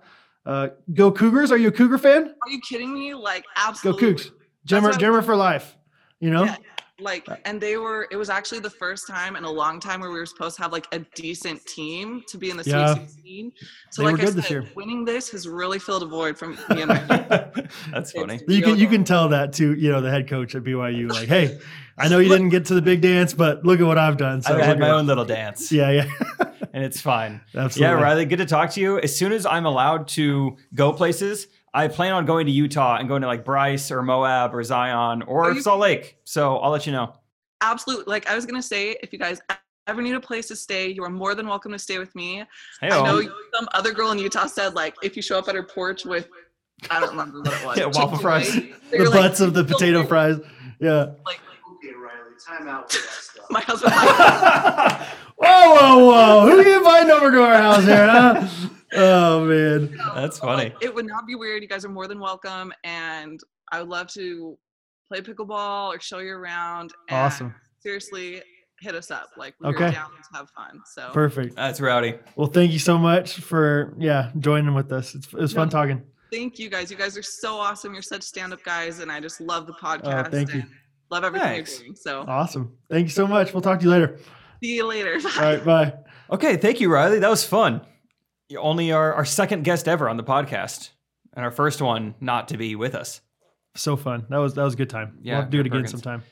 S1: Uh, go Cougars! Are you a Cougar fan?
S5: Are you kidding me? Like
S1: Go
S5: absolutely.
S1: Cougs! Jimmer,
S5: what I-
S1: Jimmer for life. You know.
S5: Yeah, like and they were it was actually the first time in a long time where we were supposed to have like a decent team to be in the sweet
S1: Yeah.
S5: 16 so
S1: They were
S5: like i
S1: good
S5: said
S1: this year.
S5: winning this has really filled a void from me and my
S2: That's funny.
S5: It's
S1: You can you
S5: real
S1: can tell that to you know the head coach at BYU like hey I know you didn't get to the big dance but look at what I've done so
S2: I
S1: look
S2: had my
S1: at-
S2: own little dance,
S1: yeah yeah
S2: and it's fine.
S1: absolutely
S2: Yeah, Riley, good to talk to you. As soon as I'm allowed to go places, I plan on going to Utah and going to like Bryce or Moab or Zion or
S5: Are you-
S2: Salt Lake. So I'll let you know.
S5: absolute like i was gonna say if you guys ever need a place to stay you are more than welcome to stay with me
S2: Hey,
S5: i know some other girl in utah said like if you show up at her porch with i don't remember what it was
S2: Yeah, waffle fries.
S5: Chick-fil-A,
S1: the
S5: they're like-
S1: butts of the potato fries yeah
S5: like
S4: Okay, Riley, time out with that stuff.
S5: my husband like,
S1: whoa whoa whoa who you inviting over to our house here huh oh man
S2: that's
S5: But, like,
S2: funny.
S5: it would not be weird. You guys are more than welcome, and I would love to play pickleball or show you around. And
S1: Awesome.
S5: Seriously, hit us up. Like we're
S1: Okay.
S5: down to have fun. So
S1: perfect
S2: That's rowdy.
S1: well thank you so much for yeah joining with us it's, it was fun talking
S5: thank you guys. You guys are so awesome. You're such stand-up guys, and I just love the podcast.
S1: Oh, thank you.
S5: and Love everything
S2: Thanks.
S5: you're doing. So
S1: awesome thank you so much we'll talk to you later
S5: see you later. Bye.
S1: all right bye
S2: Okay, thank you, Riley. That was fun. You're only our, our second guest ever on the podcast, and our first one not to be with us.
S1: so fun that was that was a good time
S2: Yeah,
S1: we'll have to do it
S2: Matt
S1: again
S2: Perkins.
S1: sometime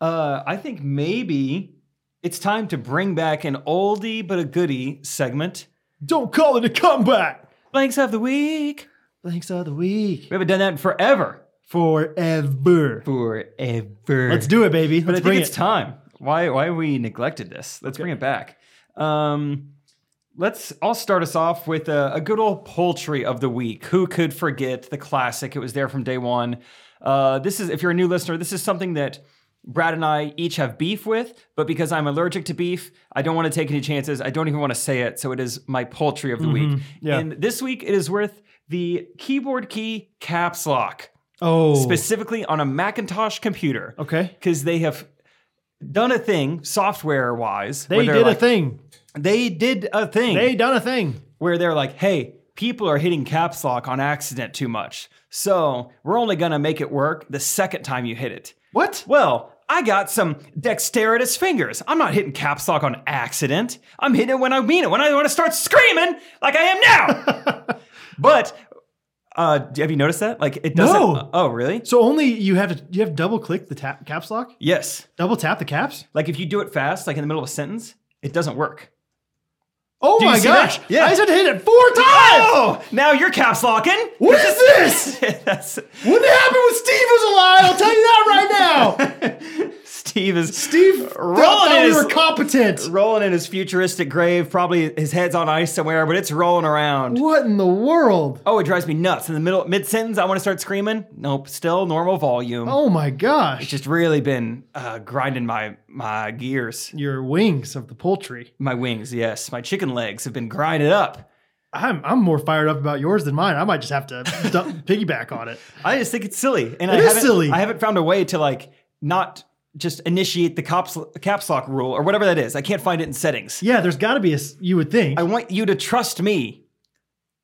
S2: Uh, I think maybe it's time to bring back an oldie but a goodie segment.
S1: don't call it a comeback
S2: Blanks of the week.
S1: thanks of the week
S2: We haven't done that in forever.
S1: forever.
S2: Forever.
S1: Let's do it, baby.
S2: But
S1: Let's
S2: I think
S1: bring
S2: it's
S1: it.
S2: time. Why why we neglected this? Let's bring it back. Um, let's. I'll start us off with a, a good old poultry of the week. Who could forget the classic? It was there from day one. Uh, this is if you're a new listener. This is something that Brad and I each have beef with, but because I'm allergic to beef, I don't want to take any chances. I don't even want to say it. So it is my poultry of the week.
S1: Mm-hmm. yeah.
S2: And this week it is worth the keyboard key caps lock,
S1: Oh,
S2: specifically on a Macintosh computer
S1: okay.
S2: because they have done a thing software wise.
S1: They did a thing.
S2: They did a thing
S1: They done a thing.
S2: where they're like, hey, people are hitting caps lock on accident too much. So we're only going to make it work the second time you hit it.
S1: What?
S2: Well, I got some dexterous fingers. I'm not hitting caps lock on accident. I'm hitting it when I mean it, when I want to start screaming like I am now. but uh, have you noticed that? Like it doesn't.
S1: No.
S2: Oh, really?
S1: So only you have to you have double click the tap caps lock,
S2: Yes.
S1: double tap the caps.
S2: Like if you do it fast, like in the middle of a sentence, it doesn't work.
S1: Oh
S2: Do you
S1: my
S2: see
S1: gosh!
S2: that? Yeah.
S1: I just hit it four times.
S2: Oh, now you're caps locking.
S1: What is this?
S2: That's
S1: What happened when Steve was alive? I'll tell you that right now.
S2: Steve is
S1: Steve thought
S2: rolling
S1: that
S2: in
S1: we were
S2: his
S1: competent.
S2: rolling in his futuristic grave. Probably his head's on ice somewhere, but it's rolling around.
S1: What in the world?
S2: Oh, it drives me nuts. In the middle, mid sentence, I want to start screaming. Nope, still normal volume.
S1: Oh my gosh!
S2: It's just really been uh, grinding my my gears,
S1: Your wings of the poultry.
S2: my wings. Yes, my chicken legs have been grinded up.
S1: I'm I'm more fired up about yours than mine. I might just have to dump, piggyback on it.
S2: I just think it's silly, and
S1: It
S2: I
S1: is
S2: haven't,
S1: silly.
S2: I haven't found a way to like not just initiate the cops, caps lock rule or whatever that is. I can't find it in settings.
S1: Yeah, there's got to be a. s- You would think.
S2: I want you to trust me.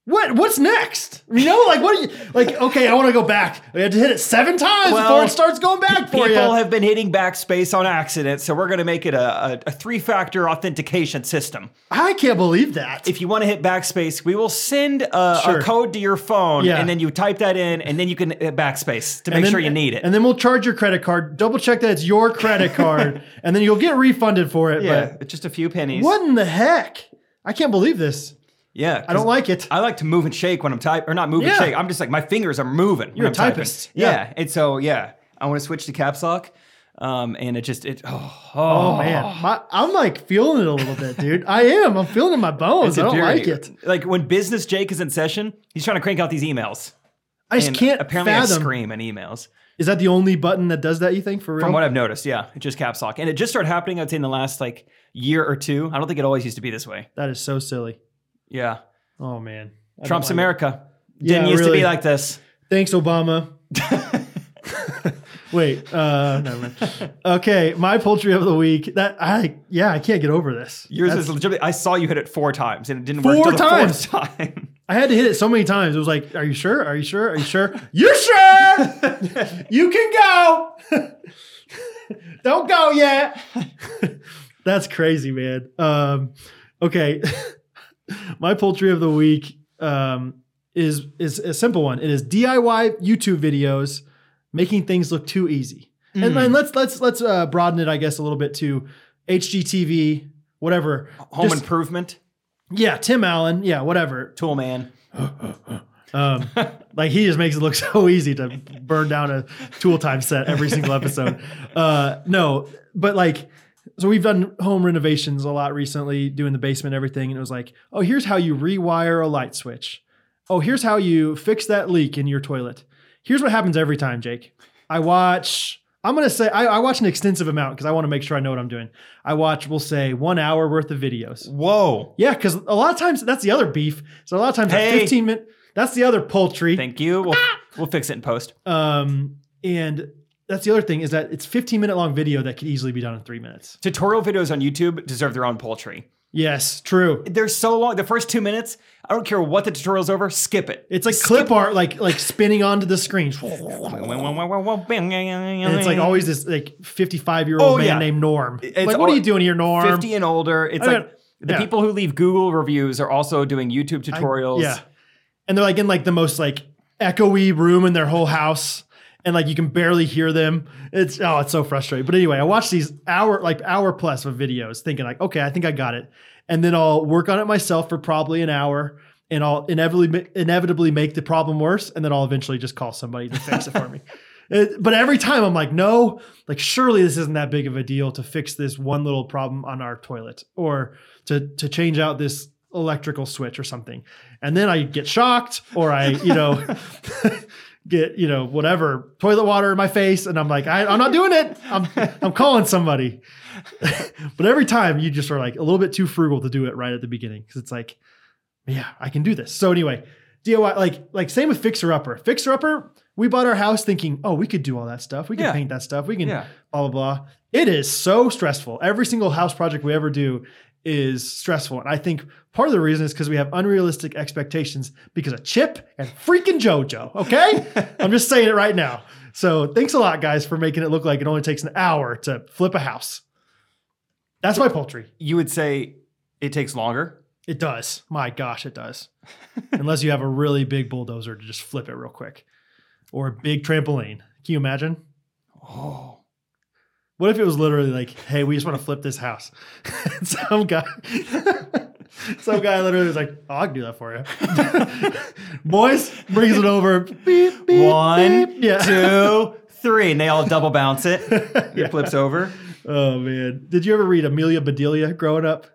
S1: what What's next? You know, like what? Are you, like okay, I want to go back. I had to hit it seven times
S2: Well,
S1: before it starts going back for
S2: People
S1: you.
S2: have been hitting backspace on accident, so we're going to make it a, a, a three-factor authentication system.
S1: I can't believe that.
S2: if you want to hit backspace, we will send a,
S1: Sure.
S2: a code to your phone,
S1: Yeah.
S2: and then you type that in, and then you can hit backspace to make
S1: And then-
S2: sure you need it.
S1: and then we'll charge your credit card. Double check that it's your credit card, and then you'll get refunded for it.
S2: yeah, just a few
S1: But
S2: pennies.
S1: what in the heck? I can't believe this.
S2: Yeah,
S1: I don't like it.
S2: I like to move and shake when I'm type, or not move and
S1: Yeah.
S2: shake. I'm just like my fingers are moving. when
S1: You're a
S2: I'm typing.
S1: typist.
S2: Yeah.
S1: Yeah.
S2: and so yeah, I want to switch to caps lock, um, and it just it. Oh,
S1: Oh man, my, I'm like feeling it a little bit, dude. I am. I'm feeling it in my bones. I don't like it.
S2: Like when business Jake is in session, he's trying to crank out these emails.
S1: I just
S2: and
S1: can't
S2: apparently I
S1: fathom.
S2: scream in emails.
S1: Is that the only button that does that? You think for real?
S2: From what I've noticed, yeah, it just caps lock, and it just started happening. I'd say in the last like year or two. I don't think it always used to be this way.
S1: that is so silly.
S2: Yeah,
S1: Oh man, I
S2: Trump's
S1: don't like
S2: America
S1: Yeah,
S2: didn't used to
S1: really.
S2: be like this.
S1: it. Thanks, Obama. Wait, uh, never mind. Okay, my poultry of the week. That I yeah, I can't get over this.
S2: Yours
S1: That's-
S2: is legitimate. I saw you hit it four times and it didn't work.
S1: Four
S2: till
S1: times?
S2: The fourth time.
S1: I had to hit it so many times. It was like, are you sure? Are you sure? Are you sure? you sure? you can go. Don't go yet. That's crazy, man. Um, okay. My poultry of the week um, is is a simple one. It is DIY YouTube videos making things look too easy. And, and let's let's let's uh, broaden it, I guess, a little bit to HGTV, whatever.
S2: Home
S1: Just-
S2: improvement,
S1: yeah, Tim Allen, yeah, whatever.
S2: tool man.
S1: Um, like he just makes it look so easy to burn down a tool time set every single episode. Uh, no, but like, so we've done home renovations a lot recently, doing the basement, and everything. And it was like, oh, here's how you rewire a light switch. Oh, here's how you fix that leak in your toilet. Here's what happens every time, Jake. I watch, I'm going to say, I, I watch an extensive amount because I want to make sure I know what I'm doing. I watch, we'll say, one hour worth of videos.
S2: Whoa!
S1: Yeah, because a lot of times that's the other beef. So a lot of times that
S2: Hey.
S1: 15 minute that's the other poultry.
S2: Thank you. We'll, we'll fix it in post.
S1: Um, and that's the other thing is that it's 15 minute long video that could easily be done in three minutes.
S2: Tutorial videos on YouTube deserve their own poultry.
S1: Yes, true.
S2: They're so long. The first two minutes, I don't care what the tutorial's over. Skip it.
S1: It's like clip art, like like spinning onto the screen. And it's like always this like 55 year old
S2: Oh,
S1: man
S2: yeah.
S1: named Norm.
S2: It's
S1: like, what
S2: al-
S1: are you doing here, Norm?
S2: 50 and older.
S1: I
S2: It's like
S1: don't-
S2: the
S1: yeah.
S2: people who leave Google reviews are also doing YouTube
S1: I-
S2: tutorials.
S1: yeah. And they're like in like the most like echoey room in their whole house. And like you can barely hear them. It's oh, it's so frustrating. But anyway, I watch these hour like hour plus of videos thinking like, okay, I think I got it. And then I'll work on it myself for probably an hour and I'll inevitably inevitably make the problem worse. And then I'll eventually just call somebody to fix it for me. It, but every time I'm like, no, like surely this isn't that big of a deal to fix this one little problem on our toilet or to to change out this electrical switch or something. And then I get shocked or I, you know, get, you know, whatever, toilet water in my face and I'm like, I, I'm not doing it. I'm I'm calling somebody. but every time you just are like a little bit too frugal to do it right at the beginning cuz it's like yeah, I can do this. So anyway, DIY like like same with fixer upper. Fixer upper, we bought our house thinking, oh, we could do all that stuff. We can
S2: Yeah.
S1: paint that stuff. We can
S2: Yeah.
S1: blah blah blah. It is so stressful. Every single house project we ever do is stressful, and I think part of the reason is because we have unrealistic expectations because of Chip and freaking JoJo. Okay, I'm just saying it right now. So thanks a lot, guys, for making it look like it only takes an hour to flip a house. That's my poultry.
S2: You would say it takes longer.
S1: It does. My gosh, it does. Unless you have a really big bulldozer to just flip it real quick or a big trampoline. Can you imagine?
S2: Oh.
S1: What if it was literally like, hey, we just want to flip this house? And some guy, some guy literally was like, oh, I can do that for you. Boys brings it over. Beep, beep, beep.
S2: One,
S1: Yeah.
S2: two, three, and they all double bounce it. It
S1: Yeah.
S2: flips over.
S1: Oh, man. Did you ever read Amelia Bedelia growing up?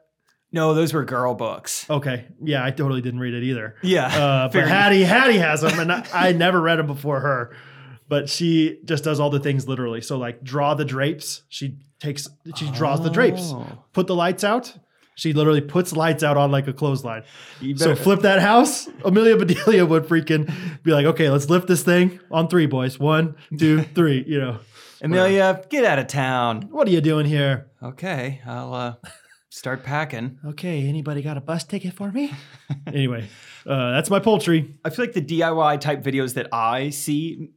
S2: No, those were girl books.
S1: Okay. Yeah, I totally didn't read it either.
S2: Yeah,
S1: Oh. Uh, but
S2: fair
S1: Hattie, Hattie has them, and I, I never read them before her. But she just does all the things literally. So like draw the drapes. She takes she draws the drapes.
S2: Oh.
S1: Put the lights out. She literally puts lights out on like a clothesline.
S2: You
S1: So
S2: better-
S1: flip that house. Amelia Bedelia would freaking be like, okay, let's lift this thing on three, boys. One, two, three. You know,
S2: Amelia, get out of town.
S1: what are you doing here?
S2: Okay, I'll uh, start packing.
S1: Okay, anybody got a bus ticket for me? anyway, uh, that's my poultry.
S2: I feel like the DIY type videos that I see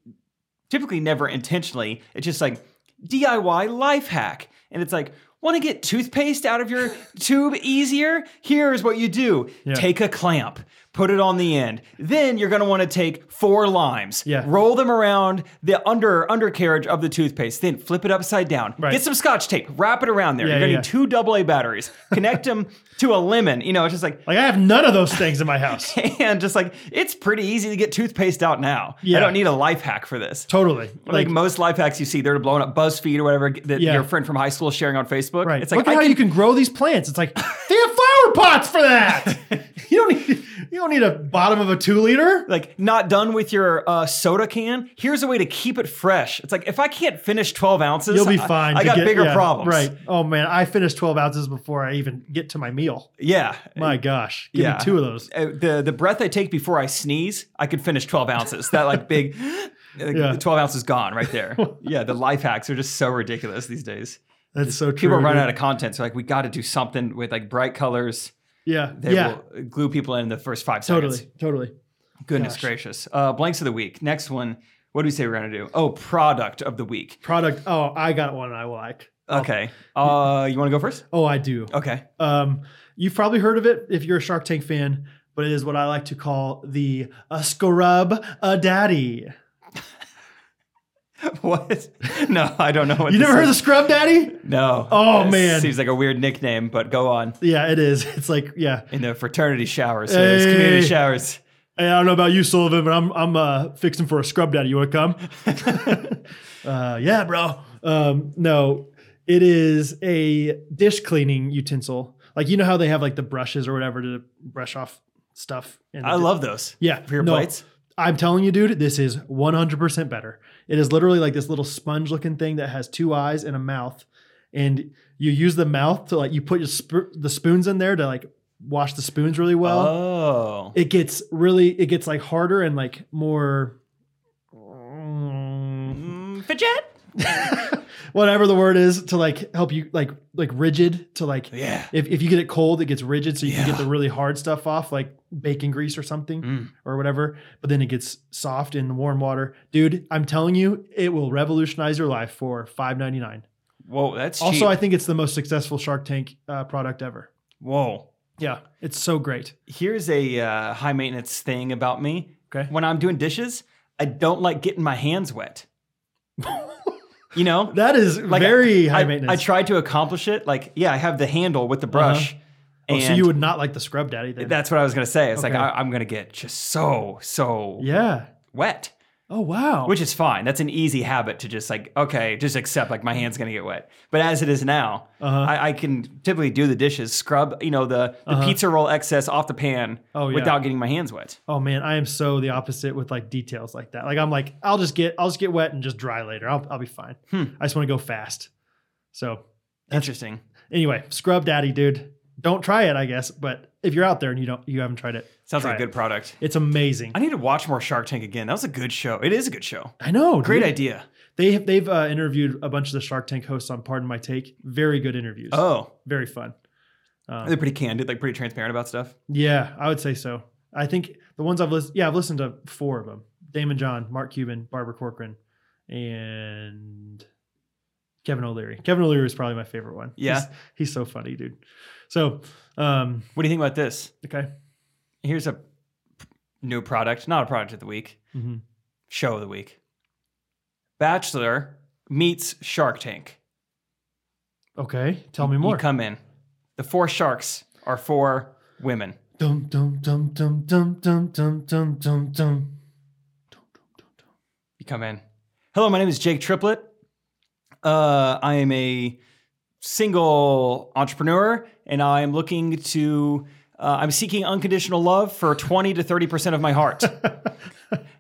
S2: typically never intentionally. It's just like DIY life hack. And it's like, want to get toothpaste out of your tube easier? Here's what you do
S1: Yeah.
S2: take a clamp, put it on the end. Then you're going to want to take four limes,
S1: Yeah.
S2: roll them around the under undercarriage of the toothpaste, then flip it upside down.
S1: Right.
S2: Get some scotch tape, wrap it around there.
S1: Yeah,
S2: you're going
S1: yeah,
S2: to need two AA batteries, connect them to a lemon. You know, it's just like,
S1: Like I have none of those things in my house.
S2: and just like it's pretty easy to get toothpaste out now.
S1: Yeah.
S2: I don't need a life hack for this.
S1: Totally.
S2: Like, most life hacks you see, they're blowing up BuzzFeed or whatever that
S1: Yeah.
S2: your friend from high school is sharing on Facebook.
S1: Right.
S2: It's like
S1: look at
S2: I
S1: how
S2: can,
S1: you can grow these plants. It's like they have flower pots for that. you don't need you don't need a bottom of a two liter.
S2: like not done with your uh, soda can. Here's a way to keep it fresh. It's like if I can't finish 12 ounces,
S1: You'll be
S2: I-
S1: fine.
S2: I,
S1: to
S2: got
S1: get-
S2: bigger
S1: yeah,
S2: problems.
S1: Right. Oh man, I finished twelve ounces before I even get to my meal.
S2: Yeah.
S1: My gosh, give
S2: Yeah.
S1: me two of those.
S2: Uh, the the breath I take before I sneeze, I could finish 12 ounces. That like big. like,
S1: Yeah.
S2: 12 ounces gone right there. yeah, the life hacks are just so ridiculous these days.
S1: That's so true.
S2: people run
S1: dude.
S2: out of content. So like we got to do something with like bright colors.
S1: Yeah.
S2: They
S1: Yeah.
S2: will glue people in the first five
S1: Totally.
S2: seconds.
S1: Totally.
S2: Goodness
S1: Gosh.
S2: gracious. Uh, blanks of the week. Next one. What do we say we're gonna do? Oh, product of the week.
S1: Product. Oh, I got one I like.
S2: Okay. Uh, you want to go first?
S1: Oh, I do.
S2: Okay.
S1: Um, you've probably heard of it if you're a Shark Tank fan, but it is what I like to call the a scrub a daddy.
S2: what? No, I don't know. What
S1: You
S2: this
S1: never heard of the
S2: is.
S1: scrub daddy?
S2: No.
S1: Oh,
S2: This
S1: man.
S2: Seems like a weird nickname, but go on.
S1: Yeah, it is. It's like yeah.
S2: In the fraternity showers, so it's community
S1: Hey.
S2: showers.
S1: Hey, I don't know about you, Sullivan, but I'm I'm uh, fixing for a scrub daddy. You want to come? uh, yeah, bro. Um, no, it is a dish cleaning utensil. Like you know how they have like the brushes or whatever to brush off stuff. And
S2: I love those.
S1: yeah
S2: For your
S1: no,
S2: plates.
S1: I'm telling you, dude, this is 100% better. It is literally like this little sponge looking thing that has two eyes and a mouth. And you use the mouth to like, you put your sp- the spoons in there to like wash the spoons really well.
S2: oh.
S1: It gets really, it gets like harder and like more. Mm,
S2: Mm, fidget.
S1: whatever the word is to like help you like like rigid to like
S2: Yeah.
S1: if, if you get it cold it gets rigid so you can
S2: Yeah.
S1: get the really hard stuff off like bacon grease or something
S2: Mm.
S1: or whatever but then it gets soft in the warm water dude i'm telling you it will revolutionize your life for 5.99
S2: Whoa, that's cheap.
S1: also i think it's the most successful shark tank uh, product ever
S2: Whoa.
S1: yeah it's so great
S2: here's a uh, high maintenance thing about me.
S1: Okay.
S2: When I'm doing dishes, I don't like getting my hands wet. you know,
S1: that is
S2: Like,
S1: very high
S2: I,
S1: maintenance
S2: I tried to accomplish it. Like, yeah, I have the handle with the brush.
S1: oh,
S2: And
S1: so you would not like the scrub daddy then
S2: that's what I was going to say. It's like,
S1: Okay.
S2: I, I'm going to get just so, so
S1: yeah
S2: wet.
S1: Oh wow.
S2: which is fine. That's an easy habit to just like, okay, just accept like my hand's gonna get wet. But as it is now,
S1: Uh-huh.
S2: I, I can typically do the dishes, scrub, you know, the, the
S1: Uh-huh.
S2: pizza roll excess off the pan
S1: Oh, yeah.
S2: without getting my hands wet.
S1: oh man, I am so the opposite with like details like that. Like I'm like I'll just get I'll just get wet and just dry later. I'll I'll be fine.
S2: Hmm.
S1: I just want to go fast. So
S2: Interesting.
S1: anyway, scrub daddy, dude. Don't try it, I guess. But if you're out there and you don't you haven't tried it,
S2: Sounds
S1: try
S2: like a
S1: it.
S2: good product.
S1: It's amazing.
S2: I need to watch more Shark Tank again. That was a good show. It is a good show.
S1: I know.
S2: Great
S1: dude.
S2: idea.
S1: They have, they've uh, interviewed a bunch of the Shark Tank hosts on Pardon My Take. Very good interviews.
S2: Oh,
S1: very fun. Um,
S2: they're pretty candid, like pretty transparent about stuff.
S1: Yeah, I would say so. I think the ones I've listened, yeah, I've listened to four of them: Damon John, Mark Cuban, Barbara Corcoran, and Kevin O'Leary. Kevin O'Leary is probably my favorite one.
S2: Yeah.
S1: he's, he's so funny, dude. So, um,
S2: What do you think about this?
S1: okay,
S2: Here's a p- new product, not a product of the week,
S1: Mhm.
S2: show of the week. Bachelor meets Shark Tank.
S1: okay, tell me more.
S2: You come in. The four sharks are four women.
S1: Dum dum dum dum dum dum dum dum dum dum.
S2: You come in. Hello, my name is Jake Triplett. Uh, I am a single entrepreneur, and I am looking to. Uh, I'm seeking unconditional love for 20 to 30 percent of my heart.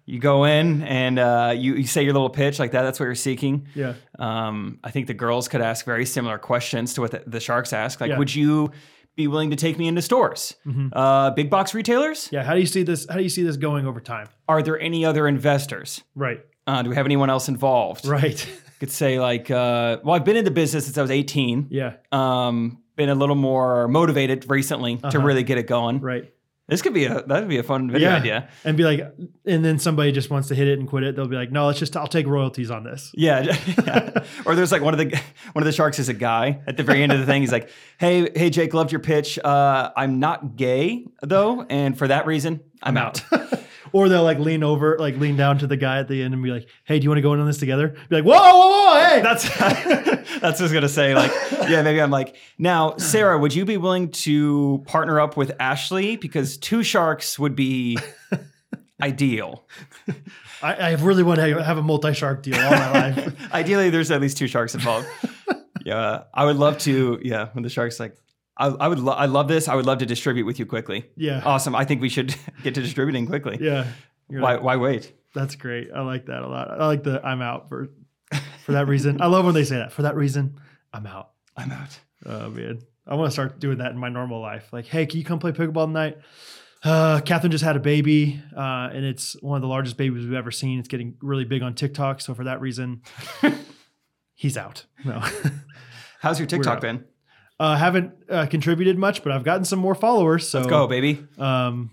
S2: you go in and uh, you, you say your little pitch like that. That's what you're seeking.
S1: Yeah.
S2: Um, I think the girls could ask very similar questions to what the, the sharks ask. Like,
S1: Yeah.
S2: would you be willing to take me into stores,
S1: Mhm.
S2: uh, big box retailers?
S1: Yeah, how do you see this? How do you see this going over time?
S2: Are there any other investors?
S1: Right,
S2: Uh, do we have anyone else involved?
S1: right.
S2: Could say like, uh, well, I've been in the business since I was 18.
S1: Yeah,
S2: Um, been a little more motivated recently to
S1: Uh-huh.
S2: really get it going.
S1: right.
S2: This could be a that would be a fun video
S1: Yeah.
S2: idea.
S1: And be like, and then somebody just wants to hit it and quit it. They'll be like, no, let's just I'll take royalties on this.
S2: Yeah. Yeah. or there's like one of the one of the sharks is a guy at the very end of the thing. He's like, hey, hey, Jake, loved your pitch. Uh, I'm not gay though, and for that reason, I'm out.
S1: Or they'll like lean over, like lean down to the guy at the end and be like, "Hey, do you want to go in on this together?" Be like, "Whoa, whoa, whoa, hey!"
S2: That's that's just gonna say like yeah maybe I'm like now Sarah would you be willing to partner up with Ashley because two sharks would be ideal
S1: I, I really want to have a multi-shark deal all my life.
S2: ideally there's at least two sharks involved yeah I would love to yeah when the sharks like I, I would lo- I love this I would love to distribute with you quickly
S1: Yeah,
S2: awesome I think we should get to distributing quickly
S1: yeah. You're
S2: why
S1: like,
S2: why wait
S1: That's great. I like that a lot. I like the "I'm out" for for that reason. I love when they say that. For that reason, I'm out.
S2: I'm out
S1: Oh man, I want to start doing that in my normal life. Like, hey, can you come play pickleball tonight? Uh, Catherine just had a baby, uh, and it's one of the largest babies we've ever seen. It's getting really big on TikTok, so for that reason, he's out. No,
S2: how's your TikTok
S1: out.
S2: been
S1: uh, haven't uh, contributed much, but I've gotten some more followers. So
S2: go baby
S1: Um,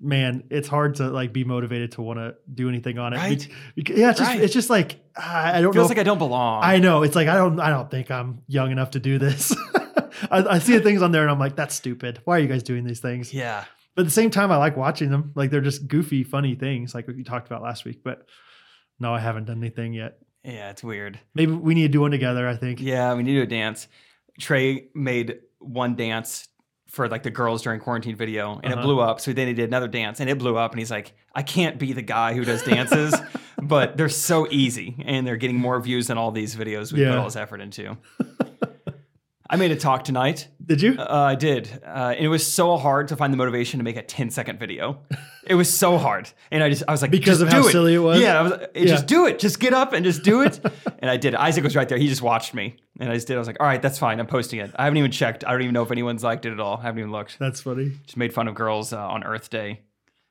S1: man, it's hard to like be motivated to want to do anything on it.
S2: Right.
S1: Bec- bec- yeah, it's just,
S2: Right.
S1: it's just like I I don't know.
S2: feels
S1: if-
S2: like I don't belong
S1: I know. It's like I don't. I don't think I'm young enough to do this. I, I see the things on there, and I'm like, that's stupid. Why are you guys doing these things?
S2: yeah
S1: But at the same time, I like watching them. Like they're just goofy, funny things, like what you talked about last week. But no, I haven't done anything yet.
S2: yeah it's weird
S1: Maybe we need to do one together. I think.
S2: Yeah, we need to do a dance. Trey made one dance for like the girls during quarantine video and it
S1: Uh-huh.
S2: blew up. So then he did another dance and it blew up and he's like, I can't be the guy who does dances, but they're so easy and they're getting more views than all these videos we put
S1: Yeah.
S2: all this effort into. I made a talk tonight.
S1: Did you?
S2: Uh, I did. Uh, and it was so hard to find the motivation to make a 10 second video. It was so hard. And I just, I was like,
S1: Because
S2: just
S1: of how
S2: do it.
S1: silly it was?
S2: Yeah. I was, like,
S1: Yeah.
S2: Just do it. Just get up and just do it. and I did. Isaac was right there. He just watched me. And I just did. I was like, all right, that's fine. I'm posting it. I haven't even checked. I don't even know if anyone's liked it at all. I haven't even looked.
S1: That's funny.
S2: Just made fun of girls uh, on Earth Day.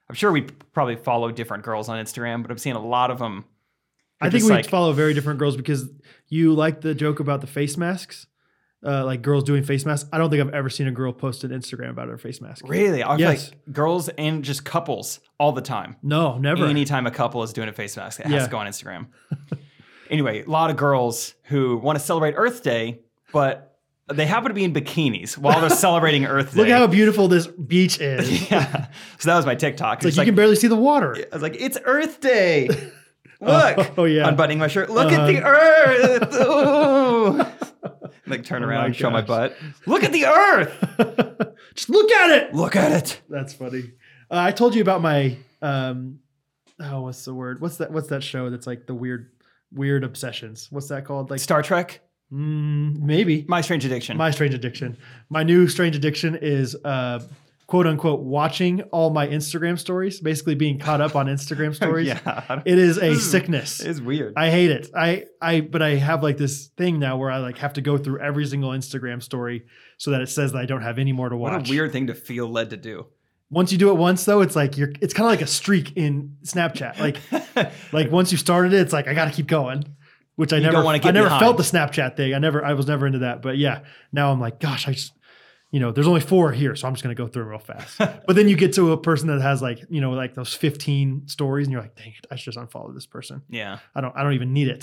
S2: I'm sure we probably follow different girls on Instagram, but I'm seeing a lot of them.
S1: I think we follow very different girls because you like the joke about the face masks, uh, like girls doing face masks. I don't think I've ever seen a girl post an Instagram about her face mask.
S2: Really? I feel
S1: Yes.
S2: like girls and just couples all the time.
S1: No, never.
S2: Anytime a couple is doing a face mask, it has
S1: Yeah.
S2: to go on Instagram. anyway, a lot of girls who want to celebrate Earth Day, but they happen to be in bikinis while they're celebrating Earth Day.
S1: Look at how beautiful this beach is. It's
S2: yeah. So that was my TikTok.
S1: like
S2: It's
S1: you
S2: like,
S1: can barely see the water.
S2: I was like, it's Earth Day. Look.
S1: Oh, yeah.
S2: Unbuttoning my shirt. Look at
S1: Uh-huh.
S2: the Earth. Ooh. like turn
S1: Oh
S2: around,
S1: my
S2: show my
S1: gosh.
S2: butt. Look at the Earth.
S1: Just look at it.
S2: Look at it.
S1: That's funny. Uh, I told you about my um, oh, what's the word? What's that? What's that show that's like the weird, weird obsessions? What's that called? Like,
S2: Star Trek,
S1: mm, maybe
S2: My Strange Addiction.
S1: my strange addiction. My new strange addiction is uh, quote unquote watching all my Instagram stories, basically being caught up on Instagram stories.
S2: Oh, yeah, Hmm. I don't-
S1: It is a
S2: This is-
S1: sickness.
S2: it's weird.
S1: I hate it. I I but I have like this thing now where I like have to go through every single Instagram story so that it says that I don't have any more to watch.
S2: What a weird thing to feel led to do.
S1: Once you do it once though, it's like you're it's kind of like a streak in Snapchat. Like like once you started it, it's like I got to keep going, which I
S2: You don't
S1: never
S2: wanna get
S1: I never
S2: behind.
S1: felt the Snapchat thing. I never I was never into that, but yeah, now I'm like gosh, I just you know, there's only four here, so I'm just going to go through 'em real fast. but then you get to a person that has like, you know, like those 15 stories and you're like, "Dang it, I should just unfollow this person.
S2: yeah.
S1: I don't I don't even need it."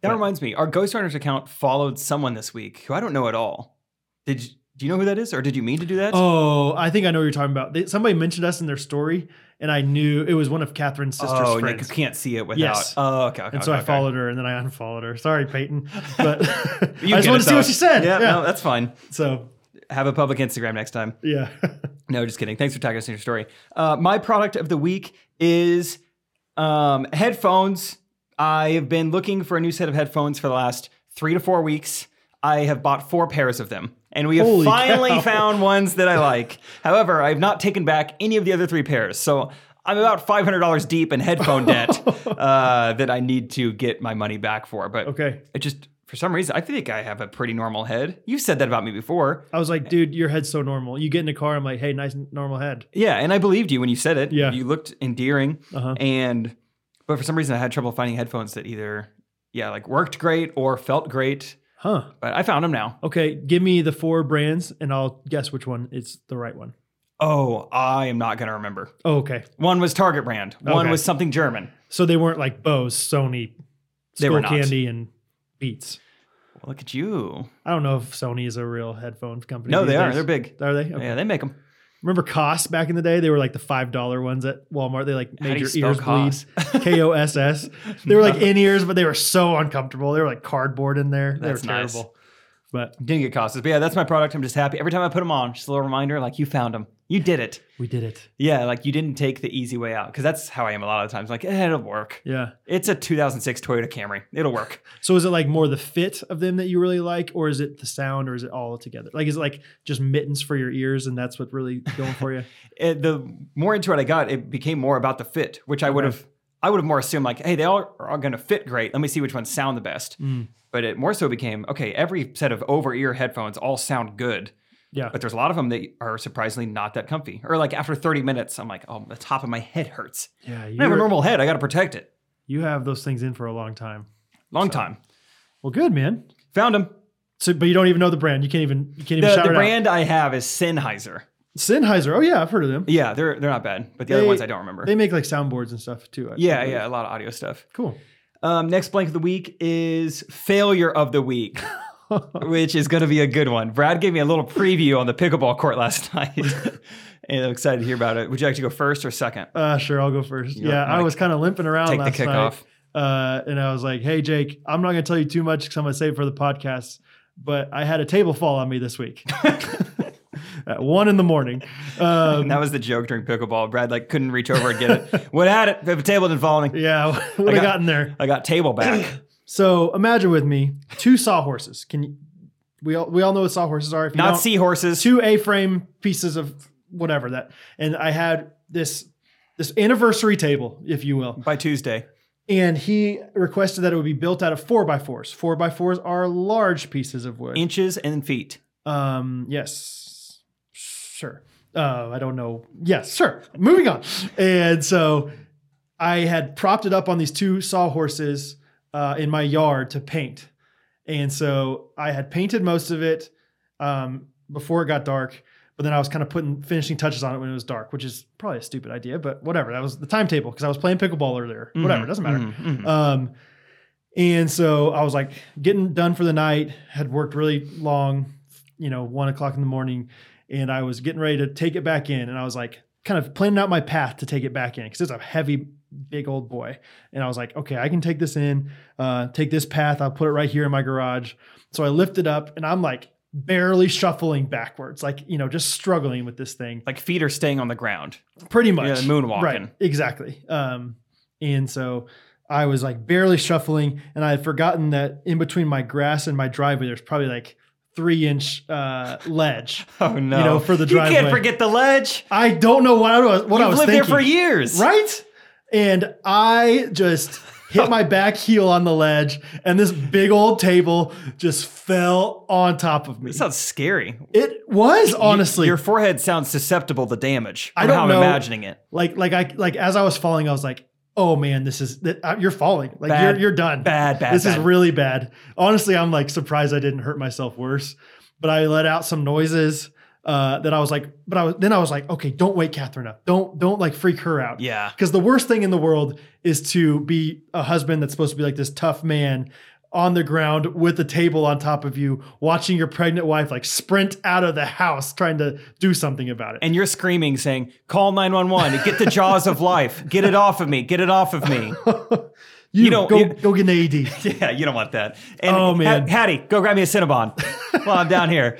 S2: That
S1: But-
S2: reminds me, our Ghost Runners account followed someone this week who I don't know at all. Did you, do you know who that is, or did you mean to do that?
S1: Oh, I think I know what you're talking about. They, somebody mentioned us in their story, and I knew it was one of Catherine's sister's
S2: oh and you
S1: friends.
S2: can't see it without.
S1: Yes.
S2: Oh, okay. okay
S1: and so
S2: okay,
S1: I followed her, and then I unfollowed her. Sorry, Peyton, but I
S2: Okay. You
S1: just
S2: get
S1: wanted
S2: it,
S1: to see
S2: though.
S1: what she said.
S2: Yeah,
S1: Yeah.
S2: no, that's fine.
S1: So
S2: Have a public Instagram next time.
S1: yeah,
S2: No, just kidding. Thanks for tagging us in your story. Uh, my product of the week is um, headphones. I have been looking for a new set of headphones for the last three to four weeks. I have bought four pairs of them, and we have
S1: Holy
S2: finally
S1: cow.
S2: found ones that I like. However, I have not taken back any of the other three pairs, so I'm about five hundred dollars deep in headphone debt uh, that I need to get my money back for. But
S1: okay.
S2: it just for some reason I think I have a pretty normal head. You've said that about me before.
S1: I was like, dude, your head's so normal. You get in the car, I'm like, hey, nice normal head.
S2: Yeah, and I believed you when you said it.
S1: Yeah.
S2: you looked endearing,
S1: Uh-huh.
S2: and but for some reason I had trouble finding headphones that either yeah like worked great or felt great.
S1: Huh.
S2: But I found them now.
S1: Okay, give me the four brands, and I'll guess which one is the right one.
S2: Oh, I am not gonna remember.
S1: Oh, okay.
S2: One was Target brand. One
S1: Okay.
S2: was something German.
S1: So they weren't like Bose, Sony,
S2: They
S1: Skull
S2: were not.
S1: Candy, and Beats.
S2: Look at you.
S1: I don't know if Sony is a real headphone company.
S2: No,
S1: these
S2: they are.
S1: days.
S2: They're big.
S1: Are they? Okay.
S2: Yeah, they make them.
S1: Remember Koss back in the day? They were like the five dollar ones at Walmart. They like
S2: How do
S1: made
S2: you
S1: your
S2: spell
S1: ears
S2: Koss?
S1: bleed. K O S S. They were like in ears, but they were so uncomfortable. They were like cardboard in there. They
S2: That's
S1: were
S2: nice.
S1: terrible. But
S2: Didn't get costas, but yeah, that's my product. I'm just happy every time I put them on. Just a little reminder, like you found them. You did it.
S1: we did it.
S2: Yeah, like you didn't take the easy way out because that's how I am a lot of times. Like eh, it'll work.
S1: Yeah.
S2: It's a 2006 Toyota Camry. It'll work.
S1: So is it like more the fit of them that you really like, or is it the sound, or is it all together? Like is it like just mittens for your ears, and that's what really going for you?
S2: it, the more into it I got, it became more about the fit, which I would
S1: Okay.
S2: have, I would have more assumed like, hey, they all are going to fit great. Let me see which ones sound the best.
S1: Mm.
S2: But it more so became okay. Every set of over ear headphones all sound good,
S1: Yeah.
S2: but there's a lot of them that are surprisingly not that comfy. Or like after 30 minutes, I'm like, oh, the top of my head hurts.
S1: Yeah.
S2: I have a
S1: You
S2: normal head. I got to protect it.
S1: you have those things in for a long time.
S2: Long time.
S1: Well, good man.
S2: Found them.
S1: So, but you don't even know the brand. You can't even you can't even
S2: The,
S1: shout
S2: the
S1: it out.
S2: brand I have is Sennheiser.
S1: Sennheiser. Oh yeah, I've heard of them.
S2: Yeah, they're they're not bad, but the other
S1: They-
S2: ones I don't remember.
S1: They make like soundboards and stuff too. I- I
S2: yeah,
S1: believe.
S2: yeah, a lot of audio stuff.
S1: Cool.
S2: Um, next blank of the week is failure of the week, which is going to be a good one. Brad gave me a little preview on the pickleball court last night, and I'm excited to hear about it. Would you like to go first or second?
S1: Uh, sure, I'll go first.
S2: You're
S1: yeah,
S2: up,
S1: I
S2: Mike.
S1: was kind of limping around
S2: Take the
S1: last night,
S2: kickoff.
S1: uh, and I was like, "Hey, Jake, I'm not going to tell you too much because I'm going to save it for the podcast." But I had a table fall on me this week at one in the morning. Um,
S2: And that was the joke during pickleball. Brad like couldn't reach over and get it. What had it? If the table didn't fall on me,
S1: yeah, would
S2: I got-
S1: have gotten there.
S2: I got table back.
S1: So imagine with me two sawhorses. Can you, we all we all know what sawhorses are? If you
S2: Not
S1: don't-
S2: seahorses.
S1: two A-frame pieces of whatever that, and I had this this anniversary table, if you will.
S2: By Tuesday,
S1: and he requested that it would be built out of four by fours. Four by fours are large pieces of wood.
S2: inches and feet.
S1: Um, yes, sure. Uh, I don't know. Yes, sure. Moving on. And so I had propped it up on these two sawhorses uh, in my yard to paint. And so I had painted most of it um, before it got dark, but then I was kind of putting finishing touches on it when it was dark, which is probably a stupid idea, but whatever. That was the timetable because I was playing pickleball earlier. Mm-hmm. Whatever, it doesn't matter.
S2: Mhm, mhm.
S1: Um, and so I was like getting done for the night, had worked really long, you know, one o'clock in the morning, and I was getting ready to take it back in. And I was like, kind of planning out my path to take it back in because it's a heavy, big old boy. And I was like, okay, I can take this in, uh, take this path, I'll put it right here in my garage. So I lift it up and I'm like barely shuffling backwards, like, you know, just struggling with this thing
S2: Like feet are staying on the ground.
S1: pretty much
S2: Yeah, moonwalking.
S1: right exactly um And so I was like barely shuffling, and I had forgotten that in between my grass and my driveway, there's probably like three inch uh, ledge.
S2: Oh no!
S1: know, for the
S2: You can't
S1: driveway.
S2: forget the ledge.
S1: I don't know what I was what
S2: You've
S1: I was
S2: lived
S1: thinking.
S2: there for years,
S1: Right? And I just hit my back heel on the ledge, and this big old table just fell on top of me.
S2: It sounds scary.
S1: It was honestly
S2: your forehead sounds susceptible to damage.
S1: I
S2: from
S1: don't
S2: how
S1: know.
S2: I'm imagining it.
S1: like like I like as I was falling, I was like, oh man, this is that uh, you're falling, like
S2: Bad.
S1: you're you're done.
S2: Bad, bad.
S1: this is
S2: bad.
S1: really bad. Honestly, I'm like surprised I didn't hurt myself worse, but I let out some noises uh, that I was like, but I was then I was like, okay, don't wake Catherine up, don't don't like freak her out.
S2: Yeah.
S1: Because the worst thing in the world is to be a husband that's supposed to be like this tough man on the ground with a table on top of you, watching your pregnant wife like sprint out of the house trying to do something about it.
S2: And you're screaming, saying, "Call 911! Get the jaws of life! Get it off of me! Get it off of me!"
S1: you,
S2: you know,
S1: go
S2: you-
S1: go get an E AED.
S2: Yeah, you don't want that. And
S1: Oh,
S2: Ha-
S1: man.
S2: Hattie, go grab me a Cinnabon while I'm down here.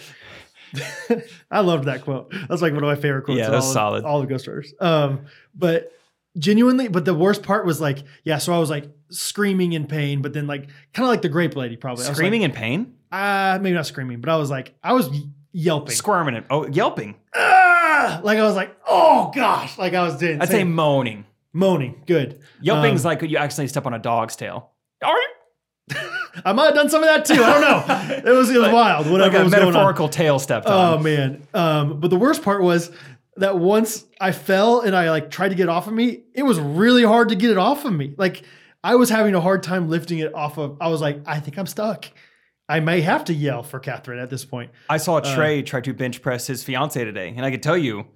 S1: I loved that quote. That's like one of my favorite quotes.
S2: Yeah,
S1: in
S2: that's
S1: all of-
S2: solid.
S1: all the Ghost Riders. Um, but genuinely, but the worst part was like, yeah. So I was like screaming in pain, but then like kind of like the grape lady, probably I was like,
S2: Screaming in pain,
S1: Ah, maybe not screaming, but I was like, I was yelping.
S2: squirming, and oh, yelping.
S1: ah! Like I was like, oh gosh, like I was doing.
S2: I'd say moaning.
S1: moaning. Good.
S2: Yelping's
S1: Um,
S2: like you accidentally step on a dog's tail. Are you?
S1: I might have done some of that too. I don't know. It was it was
S2: Like-
S1: wild. Whatever
S2: like a
S1: was going on.
S2: metaphorical tail stepped on.
S1: Oh man. Um, but the worst part was that once I fell and I like tried to get off of me, it was really hard to get it off of me. Like I was having a hard time lifting it off of. I was like, I think I'm stuck. I may have to yell for Catherine at this point.
S2: I saw
S1: Uh,
S2: Trey try to bench press his fiance today, and I could tell you,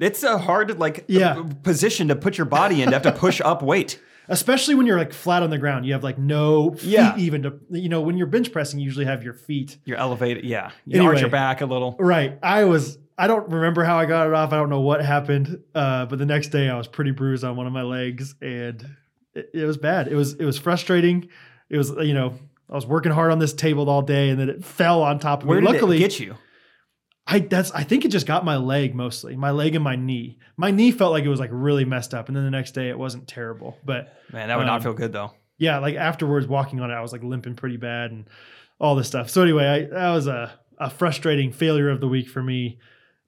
S2: it's a hard like
S1: Yeah.
S2: position to put your body in to have to push up weight.
S1: Especially when you're like flat on the ground, you have like no feet
S2: Yeah.
S1: even to you know when you're bench pressing, you usually have your feet
S2: You're elevated, yeah. You arch
S1: Anyway.
S2: your back a little.
S1: Right. I was. I don't remember how I got it off. I don't know what happened. Uh, but the next day, I was pretty bruised on one of my legs, and it, it was bad. It was. It was frustrating. It was. You know, I was working hard on this table all day, and then it fell on top of
S2: Where
S1: me.
S2: did
S1: Luckily,
S2: it get you?
S1: I that's. I think it just got my leg mostly. My leg and my knee. My knee felt like it was like really messed up, and then the next day, it wasn't terrible, but
S2: Man, that would not
S1: Um,
S2: feel good though.
S1: yeah, like afterwards walking on it, I was like limping pretty bad and all this stuff. So anyway, I, that was a, a frustrating failure of the week for me.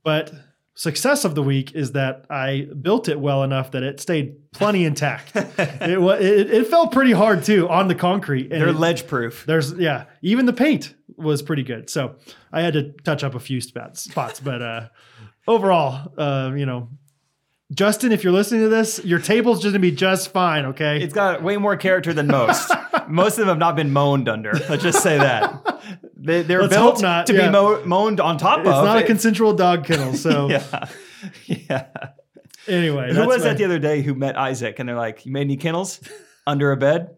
S1: But success of the week is that I built it well enough that it stayed plenty intact. it, wa- it it fell pretty hard too on the concrete. And
S2: They're
S1: it-
S2: ledge proof.
S1: there's yeah, even the paint was pretty good. So I had to touch up a few spots, spots but uh, overall, uh, you know, Justin, if you're listening to this, your table's just gonna be just fine. Okay,
S2: It's got way more character than most. most of them have not been moaned under. Let's just say that. They, they're
S1: Let's
S2: built
S1: hope not,
S2: to
S1: yeah.
S2: be mo- moaned on top
S1: It's
S2: of.
S1: not a
S2: It-
S1: consensual dog kennel. So
S2: yeah. yeah.
S1: anyway,
S2: Who
S1: that's
S2: was
S1: my-
S2: that the other day who met Isaac and they're like, You made any kennels under a bed?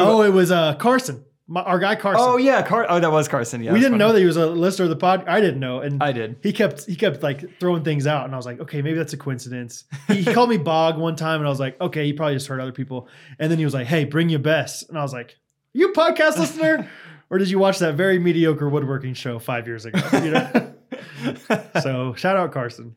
S1: Oh, it was uh, Carson, my, our guy Carson.
S2: Oh, yeah. Car- oh, that was Carson. Yeah.
S1: we
S2: that's
S1: didn't
S2: funny.
S1: know that he was a listener of the pod. I didn't know, and
S2: I did.
S1: he kept he kept like throwing things out, and I was like, okay, maybe that's a coincidence. He, he called me Bog one time, and I was like, okay, he probably just heard other people. And then he was like, hey, bring your best, and I was like, you podcast listener, or did you watch that very mediocre woodworking show five years ago? You know. so shout out Carson.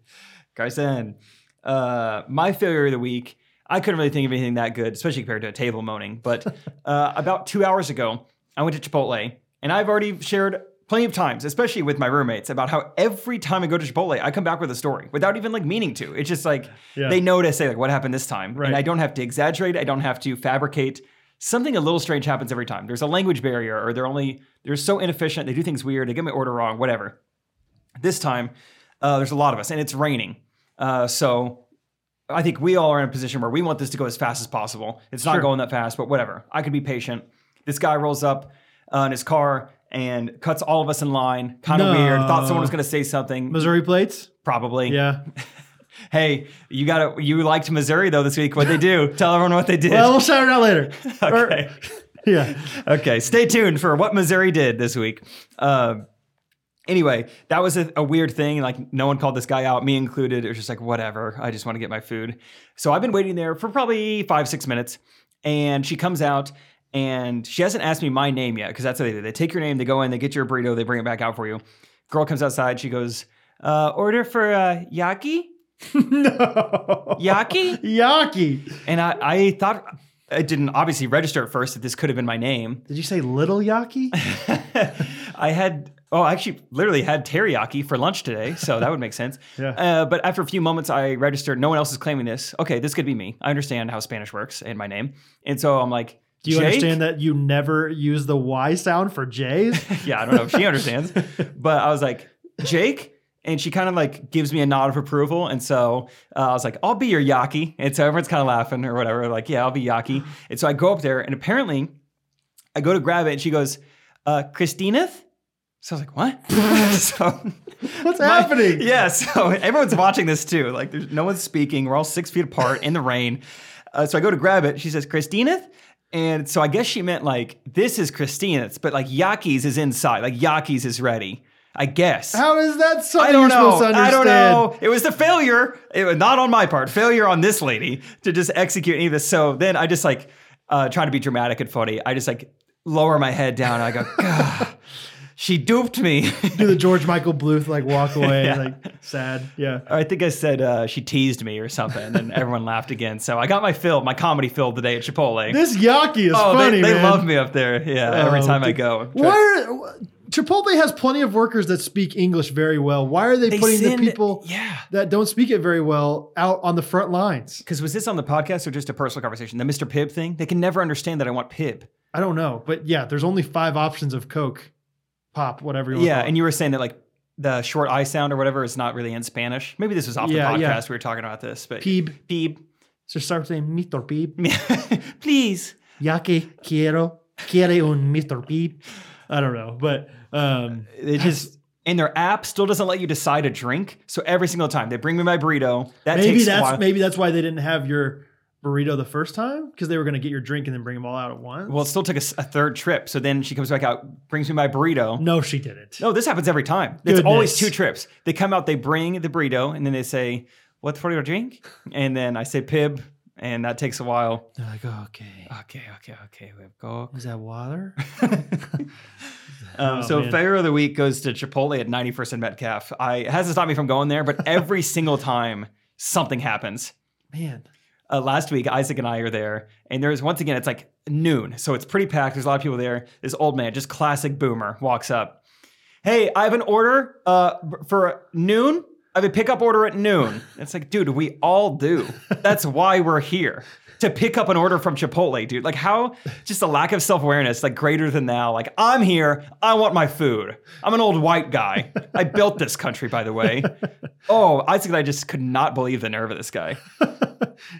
S2: Carson. Uh, my failure of the week. I couldn't really think of anything that good, especially compared to a table moaning. But uh, about two hours ago, I went to Chipotle, and I've already shared plenty of times, especially with my roommates, about how every time I go to Chipotle, I come back with a story without even like meaning to. It's just like
S1: Yeah.
S2: they know to say like what happened this time,
S1: Right.
S2: and I don't have to exaggerate. I don't have to fabricate. Something a little strange happens every time. There's a language barrier, or they're only they're so inefficient. They do things weird. They get my order wrong. Whatever this time uh, there's a lot of us and it's raining uh, so i think we all are in a position where we want this to go as fast as possible it's not
S1: Sure.
S2: going that fast but whatever i can be patient this guy rolls up uh, in his car and cuts all of us in line kind of
S1: No.
S2: weird thought someone was going to say something
S1: Missouri plates.
S2: probably
S1: Yeah.
S2: hey you got to you liked missouri though this week what they do tell everyone what they did
S1: Well, we'll shout it out later. Or-
S2: okay
S1: yeah.
S2: okay, stay tuned for what Missouri did this week. Um anyway, that was a, a weird thing. Like, no one called this guy out, me included. It was just like, whatever. I just want to get my food. So I've been waiting there for probably five, six minutes. And she comes out and she hasn't asked me my name yet because that's what they do. They take your name, they go in, they get your burrito, they bring it back out for you. Girl comes outside. She goes, uh, order for uh, yaki.
S1: no.
S2: Yaki?
S1: Yaki.
S2: And I, I thought I didn't obviously register at first that this could have been my name.
S1: Did you say little Yaki?
S2: I had oh, I actually literally had teriyaki for lunch today, so that would make sense.
S1: Yeah.
S2: Uh, but after a few moments, I registered. No one else is claiming this. Okay, this could be me. I understand how Spanish works and my name, and so I'm like,
S1: Do you
S2: Jake?
S1: understand that you never use the Y sound for J's?
S2: yeah, I don't know if she understands, but I was like, Jake. And she kind of like gives me a nod of approval. And so uh, I was like, I'll be your Yaki. And so everyone's kind of laughing or whatever, like, yeah, I'll be Yaki. And so I go up there and apparently I go to grab it and she goes, uh, Christina? So I was like, what? so
S1: What's
S2: my-
S1: happening?
S2: Yeah, so everyone's watching this too. Like, there's no one's speaking. We're all six feet apart in the rain. Uh, so I go to grab it. She says, Christina? And so I guess she meant like, this is Christina's, but like Yaki's is inside. Like, Yaki's is ready. I guess.
S1: How is that something
S2: I don't
S1: you're
S2: know.
S1: supposed to
S2: I don't
S1: understand?
S2: know. It was the failure, it was not on my part, failure on this lady to just execute any of this. So then I just like, uh, trying to be dramatic and funny, I just like lower my head down and I go, God, she duped me.
S1: Do the George Michael Bluth like walk away,
S2: Yeah.
S1: like sad. Yeah.
S2: I think I said uh, she teased me or something, and everyone laughed again. So I got my fill, my comedy fill today at Chipotle.
S1: This Yaki is
S2: oh,
S1: funny.
S2: they, they
S1: man.
S2: love me up there. Yeah, every
S1: Oh,
S2: time I
S1: dude.
S2: go.
S1: Why are Chipotle has plenty of workers that speak English very well. Why are they,
S2: They
S1: putting
S2: send-
S1: the people
S2: Yeah.
S1: that don't speak it very well out on the front lines?
S2: Because was this on the podcast or just a personal conversation? The Mr. Pibb thing? They can never understand that I want Pibb.
S1: I don't know, but yeah, there's only five options of Coke, pop, whatever you want. to
S2: Yeah,
S1: call it.
S2: and you were saying that like the short I sound or whatever is not really in Spanish. Maybe this was off
S1: Yeah,
S2: the podcast
S1: yeah.
S2: we were talking about this, but
S1: Peeb.
S2: Pibb.
S1: So start saying Mr. Peep.
S2: Please.
S1: Yaki quiero quiere un Mr. Peep. I don't know, but um,
S2: It just and their app still doesn't let you decide a drink. So every single time they bring me my burrito, that
S1: maybe
S2: takes a
S1: that's
S2: while.
S1: maybe that's why they didn't have your burrito the first time because they were going to get your drink and then bring them all out at once.
S2: Well, it still took a, s- a third trip. So then she comes back out, brings me my burrito.
S1: no, she didn't.
S2: No, this happens every time. It's always
S1: Goodness.
S2: two trips. They come out, they bring the burrito, and then they say, "What for your drink?" And then I say "Pib," and that takes a while.
S1: They're like, oh, okay,
S2: Okay, okay, okay. We've got.
S1: is that water?
S2: Um,
S1: Oh,
S2: so
S1: man.
S2: favorite of the week goes to Chipotle at 91st and Metcalf. I it hasn't stopped me from going there, but every single time something happens.
S1: Man,
S2: uh, last week Isaac and I are there, and there's once again it's like noon, so it's pretty packed. There's a lot of people there. This old man, just classic boomer, walks up. Hey, I have an order uh, b- for noon. I have a pickup order at noon. It's like, dude, we all do. That's why we're here to pick up an order from Chipotle, dude. Like, how just a lack of self awareness, like greater than now. Like, I'm here. I want my food. I'm an old white guy. I built this country, by the way. Oh, Isaac and I just could not believe the nerve of this guy.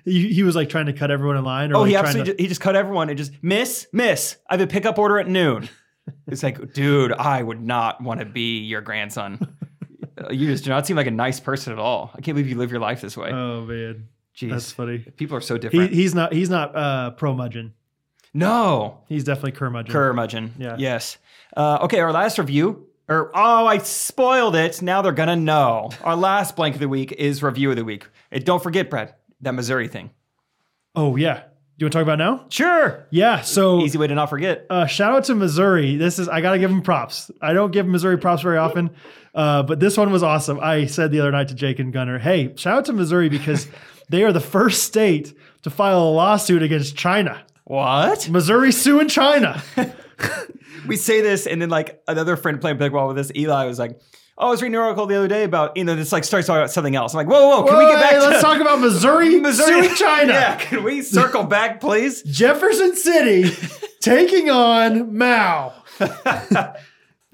S1: he, he was like trying to cut everyone in line. Or
S2: Oh,
S1: like
S2: he
S1: trying
S2: absolutely
S1: to,
S2: ju- he just cut everyone and just miss, miss. I have a pickup order at noon. It's like, dude, I would not want to be your grandson. Uh, you just do not seem like a nice person at all. I can't believe you live your life this way.
S1: Oh man,
S2: Jeez,
S1: that's funny.
S2: people are so
S1: He,
S2: different.
S1: he's not. He's not uh, pro mudgeon.
S2: no,
S1: He's definitely curmudgeon.
S2: curmudgeon.
S1: Yeah.
S2: Yes. Uh, okay, our last review. Or oh, I spoiled it. Now they're gonna know. Our last blank of the week is review of the week. And don't forget, Brad, that Missouri thing.
S1: Oh yeah. You want to talk about it now?
S2: Sure.
S1: Yeah. So
S2: Easy way to not forget.
S1: uh, shout out to Missouri. This is I gotta give them props. I don't give Missouri props very often, uh, but this one was awesome. I said the other night to Jake and Gunner, "Hey, shout out to Missouri because they are the first state to file a lawsuit against China.
S2: What?
S1: Missouri suing China.
S2: we say this, and then like another friend playing pickleball with us, Eli was like, "Oh, I was reading an article the other day about you know this like starts talking about something else." I'm like, "Whoa, whoa, whoa, can we get
S1: Whoa,
S2: back
S1: hey,
S2: to
S1: let's talk about Missouri,
S2: Missouri,
S1: suing China.
S2: yeah, can we circle back, please?"
S1: Jefferson City taking on Mao.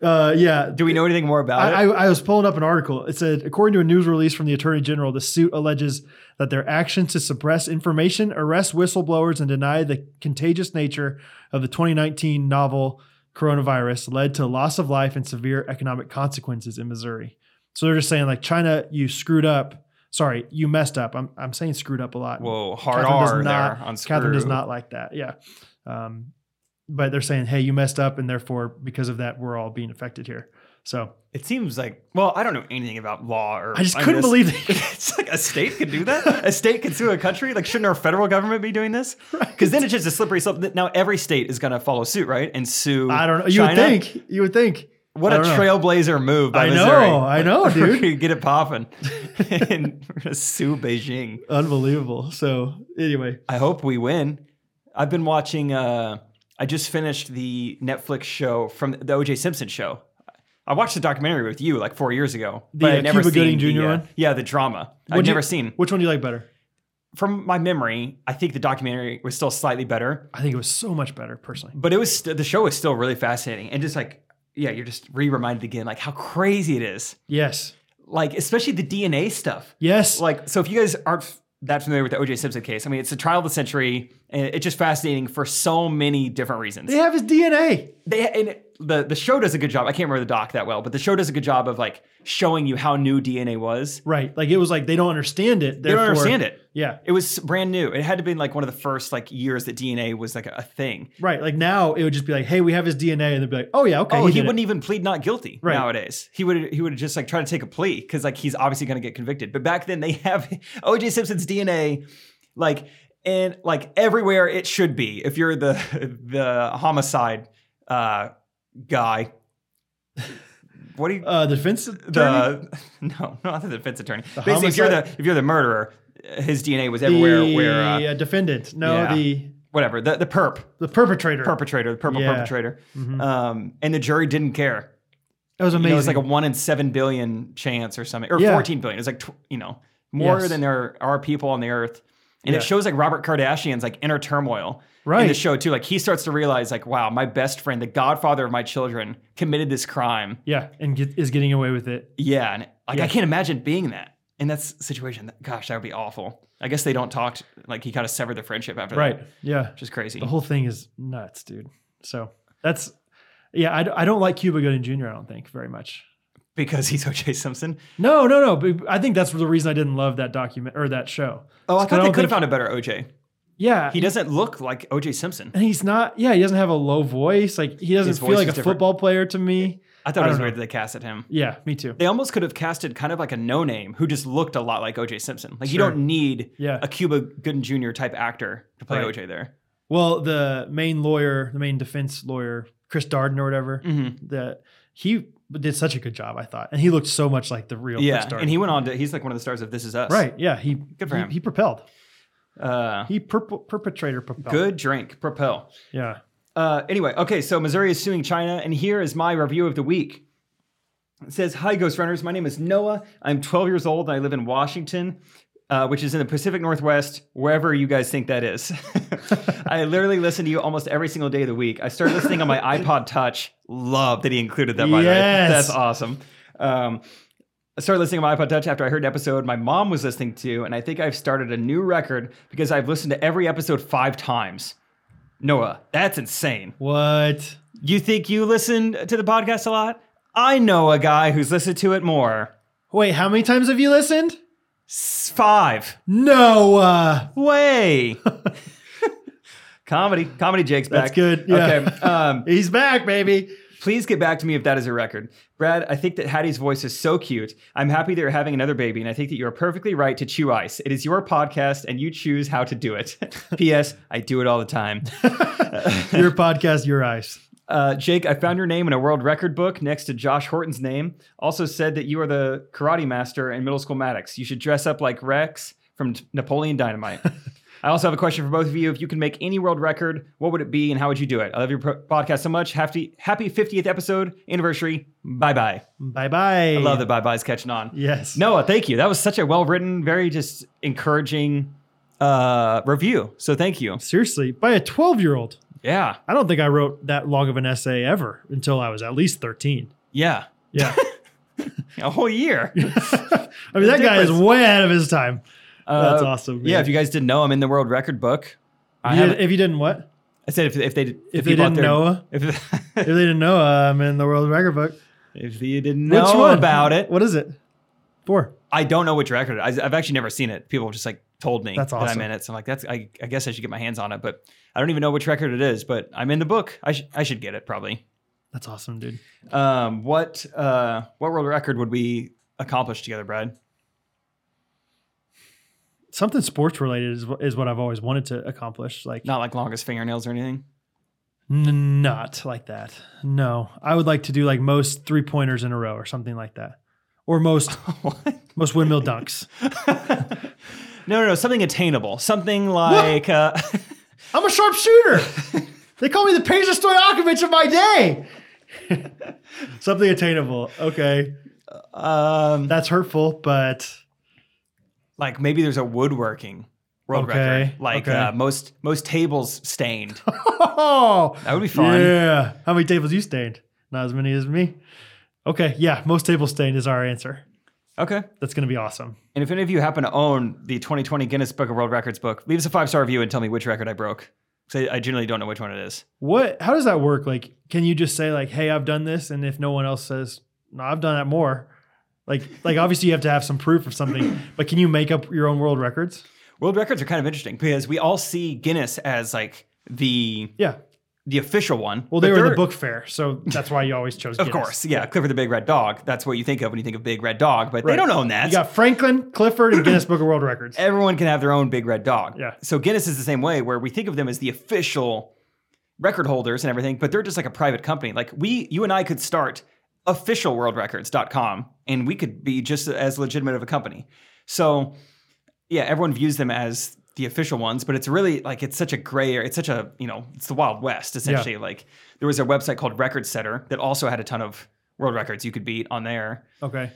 S1: uh, yeah,
S2: Do we know anything more about
S1: I,
S2: it?
S1: I, I was pulling up an article. It said, according to a news release from the attorney general, the suit alleges that their actions to suppress information, arrest whistleblowers, and deny the contagious nature of the 2019 novel coronavirus led to loss of life and severe economic consequences in Missouri. So they're just saying, like, China, you screwed up. Sorry, you messed up. I'm, I'm saying screwed up a lot.
S2: Whoa, hard
S1: Catherine does
S2: R
S1: not-
S2: there on screw.
S1: Catherine does not like that. Yeah. Um, but they're saying, hey, you messed up. And therefore, because of that, we're all being affected here. So
S2: It seems like well, I don't know anything about law or.
S1: I just
S2: I'm
S1: couldn't believe that.
S2: it's like a state could do that. A state could sue a country. Like, shouldn't our federal government be doing this? Because then it's just a slippery slope. Now every state is going to follow suit, right, and sue.
S1: I don't know. You
S2: China.
S1: would think. You would think.
S2: What
S1: I
S2: a
S1: don't know.
S2: trailblazer move by
S1: I know,
S2: Missouri.
S1: I know, dude.
S2: Get it popping and sue Beijing.
S1: Unbelievable. So anyway,
S2: I hope we win. I've been watching. Uh, I just finished the Netflix show from the O.J. Simpson show. I watched the documentary with you like four years ago.
S1: The,
S2: but
S1: uh,
S2: I'd never
S1: Cuba Gooding
S2: seen the,
S1: Jr.
S2: uh,
S1: one?
S2: Yeah, the drama.
S1: What'd
S2: I've
S1: you-
S2: never seen.
S1: which one do you like better?
S2: From my memory, I think the documentary was still slightly better,
S1: I think it was so much better personally.
S2: but it was st- the show was still really fascinating and just like yeah, you're just re-reminded again like how crazy it is.
S1: Yes.
S2: Like especially the DNA stuff.
S1: Yes.
S2: like so if you guys aren't f- that familiar with the OJ Simpson case, I mean it's the trial of the century, and it's just fascinating for so many different reasons.
S1: they have his DNA.
S2: They and it- the the show does a good job. I can't remember the doc that well, but the show does a good job of like showing you how new DNA was.
S1: Right. Like it was like they don't understand it.
S2: They don't understand it.
S1: Yeah.
S2: It was brand new. It had to be like one of the first like years that DNA was like a, a thing.
S1: Right. Like now it would just be like, hey, we have his DNA. And they'd be like, oh, yeah, okay.
S2: oh, he,
S1: did it.
S2: wouldn't even plead not guilty
S1: Right.
S2: nowadays. He would he would just like try to take a plea because like he's obviously going to get convicted. But back then they have O.J. Simpson's DNA, like and like everywhere it should be. If you're the the homicide uh, guy, what do you
S1: Uh, the defense attorney?
S2: the no not the defense attorney?
S1: The
S2: Basically, if you're the
S1: homicide-
S2: if you're the murderer, his DNA was everywhere.
S1: The,
S2: where uh,
S1: uh, defendant. No,
S2: yeah.
S1: the
S2: whatever the the perp
S1: the perpetrator.
S2: perpetrator the purple
S1: Yeah.
S2: perpetrator,
S1: Mhm.
S2: um, and the jury didn't care.
S1: that was
S2: You
S1: amazing.
S2: know, it's like a one in seven billion chance or something, or
S1: Yeah.
S2: 14 billion. It's like, tw- you know, more
S1: Yes.
S2: than there are people on the earth. And
S1: Yeah.
S2: it shows like Robert Kardashian's like inner turmoil in the
S1: right.
S2: show too. Like he starts to realize like, wow, my best friend, the godfather of my children committed this crime.
S1: yeah. And get, is getting away with it.
S2: Yeah. And like,
S1: Yeah.
S2: I can't imagine being that in that s- situation. Gosh, that would be awful. I guess they don't talk. t- like he kind of severed the friendship after
S1: Right.
S2: that,
S1: Yeah.
S2: which is crazy.
S1: The whole thing is nuts, dude. So that's, yeah, I, d- I don't like Cuba Gooding Jr., I don't think very much.
S2: because he's O.J. Simpson.
S1: No, no, no. But I think that's the reason I didn't love that document or that show.
S2: Oh, I
S1: It's 'cause
S2: thought they
S1: don't
S2: could
S1: think-
S2: have found a better O.J.
S1: Yeah.
S2: He doesn't look like O.J. Simpson.
S1: and he's not yeah he doesn't have a low voice like he doesn't
S2: His
S1: feel
S2: voice
S1: like a
S2: is different.
S1: football player to me
S2: I thought
S1: I
S2: it was
S1: don't know.
S2: weird that they casted him.
S1: yeah me too
S2: They almost could have casted kind of like a no name who just looked a lot like OJ Simpson. Like you
S1: Sure.
S2: don't need
S1: yeah
S2: a Cuba Gooden Jr. type actor to play
S1: Right.
S2: OJ there.
S1: well the main lawyer the main defense lawyer chris darden or whatever
S2: Mhm.
S1: that he did such a good job i thought and he looked so much like the real
S2: Yeah,
S1: chris darden
S2: and he went on to he's like one of the stars of This Is Us.
S1: right yeah he
S2: Good for
S1: he,
S2: him.
S1: he propelled
S2: Uh,
S1: he perp- perpetrator propelled
S2: good drink, propel.
S1: yeah
S2: Uh, anyway, okay, so Missouri is suing China, and here is my review of the week. It says, Hi, Ghost Runners. My name is Noah. I'm 12 years old, and I live in Washington, uh, which is in the Pacific Northwest, wherever you guys think that is. I literally listen to you almost every single day of the week. I started listening on my iPod Touch. Love that he included that, by the way.
S1: Yes.
S2: That's awesome. Um, I started listening to my iPod Touch after I heard an episode my mom was listening to, and I think I've started a new record because I've listened to every episode five times. Noah, that's insane.
S1: what
S2: You think you listen to the podcast a lot? I know a guy who's listened to it more.
S1: wait how many times have you listened
S2: S- Five.
S1: no uh
S2: Way. comedy. Comedy Jake's back.
S1: That's good, yeah.
S2: Okay. Um,
S1: he's back baby
S2: please get back to me if that is a record. Brad, I think that Hattie's voice is so cute. I'm happy that you're having another baby, and I think that you are perfectly right to chew ice. It is your podcast, and you choose how to do it. P.S. I do it all the time.
S1: your podcast your eyes
S2: Uh, Jake, I found your name in a world record book next to Josh Horton's name. Also said that you are the karate master in middle school Maddox. You should dress up like Rex from T- Napoleon Dynamite. I also have a question for both of you. If you could make any world record, what would it be and how would you do it? I love your pro- podcast so much. Happy, happy 50th episode anniversary. Bye bye.
S1: bye bye
S2: I love that bye bye's catching on.
S1: yes
S2: Noah, thank you. That was such a well written, very just encouraging uh, review. So thank you.
S1: seriously by a 12 year old
S2: Yeah.
S1: I don't think I wrote that long of an essay ever until I was at least 13.
S2: Yeah.
S1: Yeah.
S2: A whole year.
S1: I mean, that guy is
S2: difference.
S1: way ahead of his time. That's
S2: Uh,
S1: awesome.
S2: Yeah,
S1: man.
S2: if you guys didn't know, I'm in the world record book. I,
S1: You did-
S2: haven't-
S1: if you didn't what?
S2: I said if, if they if,
S1: If
S2: you
S1: they didn't
S2: bought their-
S1: know,
S2: if,
S1: if they didn't know, uh, I'm in the world record book.
S2: if you didn't
S1: Which
S2: know
S1: one?
S2: about it,
S1: What is it? Four.
S2: I don't know which record. I, I've actually never seen it. People have just like told me
S1: That's
S2: that
S1: awesome.
S2: I'm in it. So I'm like, that's I, I guess I should get my hands on it, but I don't even know which record it is. But I'm in the book. I sh- I should get it probably.
S1: That's awesome, dude.
S2: Um, what uh, what world record would we accomplish together, Brad?
S1: Something sports related is, wh- is what I've always wanted to accomplish. Like,
S2: Not like longest fingernails or anything.
S1: N- Not like that. No, I would like to do like most three pointers in a row or something like that, or most
S2: What?
S1: most windmill dunks.
S2: no, no, no, something attainable. Something like uh,
S1: I'm a sharp shooter. they call me the Peja Stoyakovich of my day. something attainable. Okay,
S2: um,
S1: that's hurtful, but
S2: like maybe there's a woodworking world
S1: Okay,
S2: record. Like
S1: okay.
S2: uh, most most tables stained.
S1: oh,
S2: That would be fun.
S1: Yeah. How many tables you stained? Not as many as me. Okay. Yeah. Most tables stained is our answer.
S2: Okay.
S1: That's going to be awesome.
S2: And if any of you happen to own the 2020 Guinness Book of World Records book, leave us a five star review and tell me which record I broke. 'Cause I, I generally don't know which one it is.
S1: What? How does that work? Like, can you just say like, "Hey, I've done this," and if no one else says, "No, I've done that more," like, like obviously you have to have some proof of something. But can you make up your own world records?
S2: World records are kind of interesting because we all see Guinness as like the
S1: Yeah.
S2: the official one.
S1: Well, they
S2: but
S1: were in
S2: there-
S1: the book fair, so that's why you always chose.
S2: Of
S1: Guinness.
S2: course, yeah. Clifford the Big Red Dog. That's what you think of when you think of Big Red Dog, but
S1: Right.
S2: they don't own that.
S1: You got Franklin, Clifford, and Guinness Book of World Records.
S2: Everyone can have their own Big Red Dog.
S1: Yeah.
S2: So Guinness is the same way, where we think of them as the official record holders and everything, but they're just like a private company. Like we, you and I could start officialworldrecords.com and we could be just as legitimate of a company. So yeah, everyone views them as the official ones, but it's really like it's such a gray area. It's such a, you know, it's the Wild West essentially. Like there was a website called Record Setter that also had a ton of world records you could beat on there.
S1: Okay.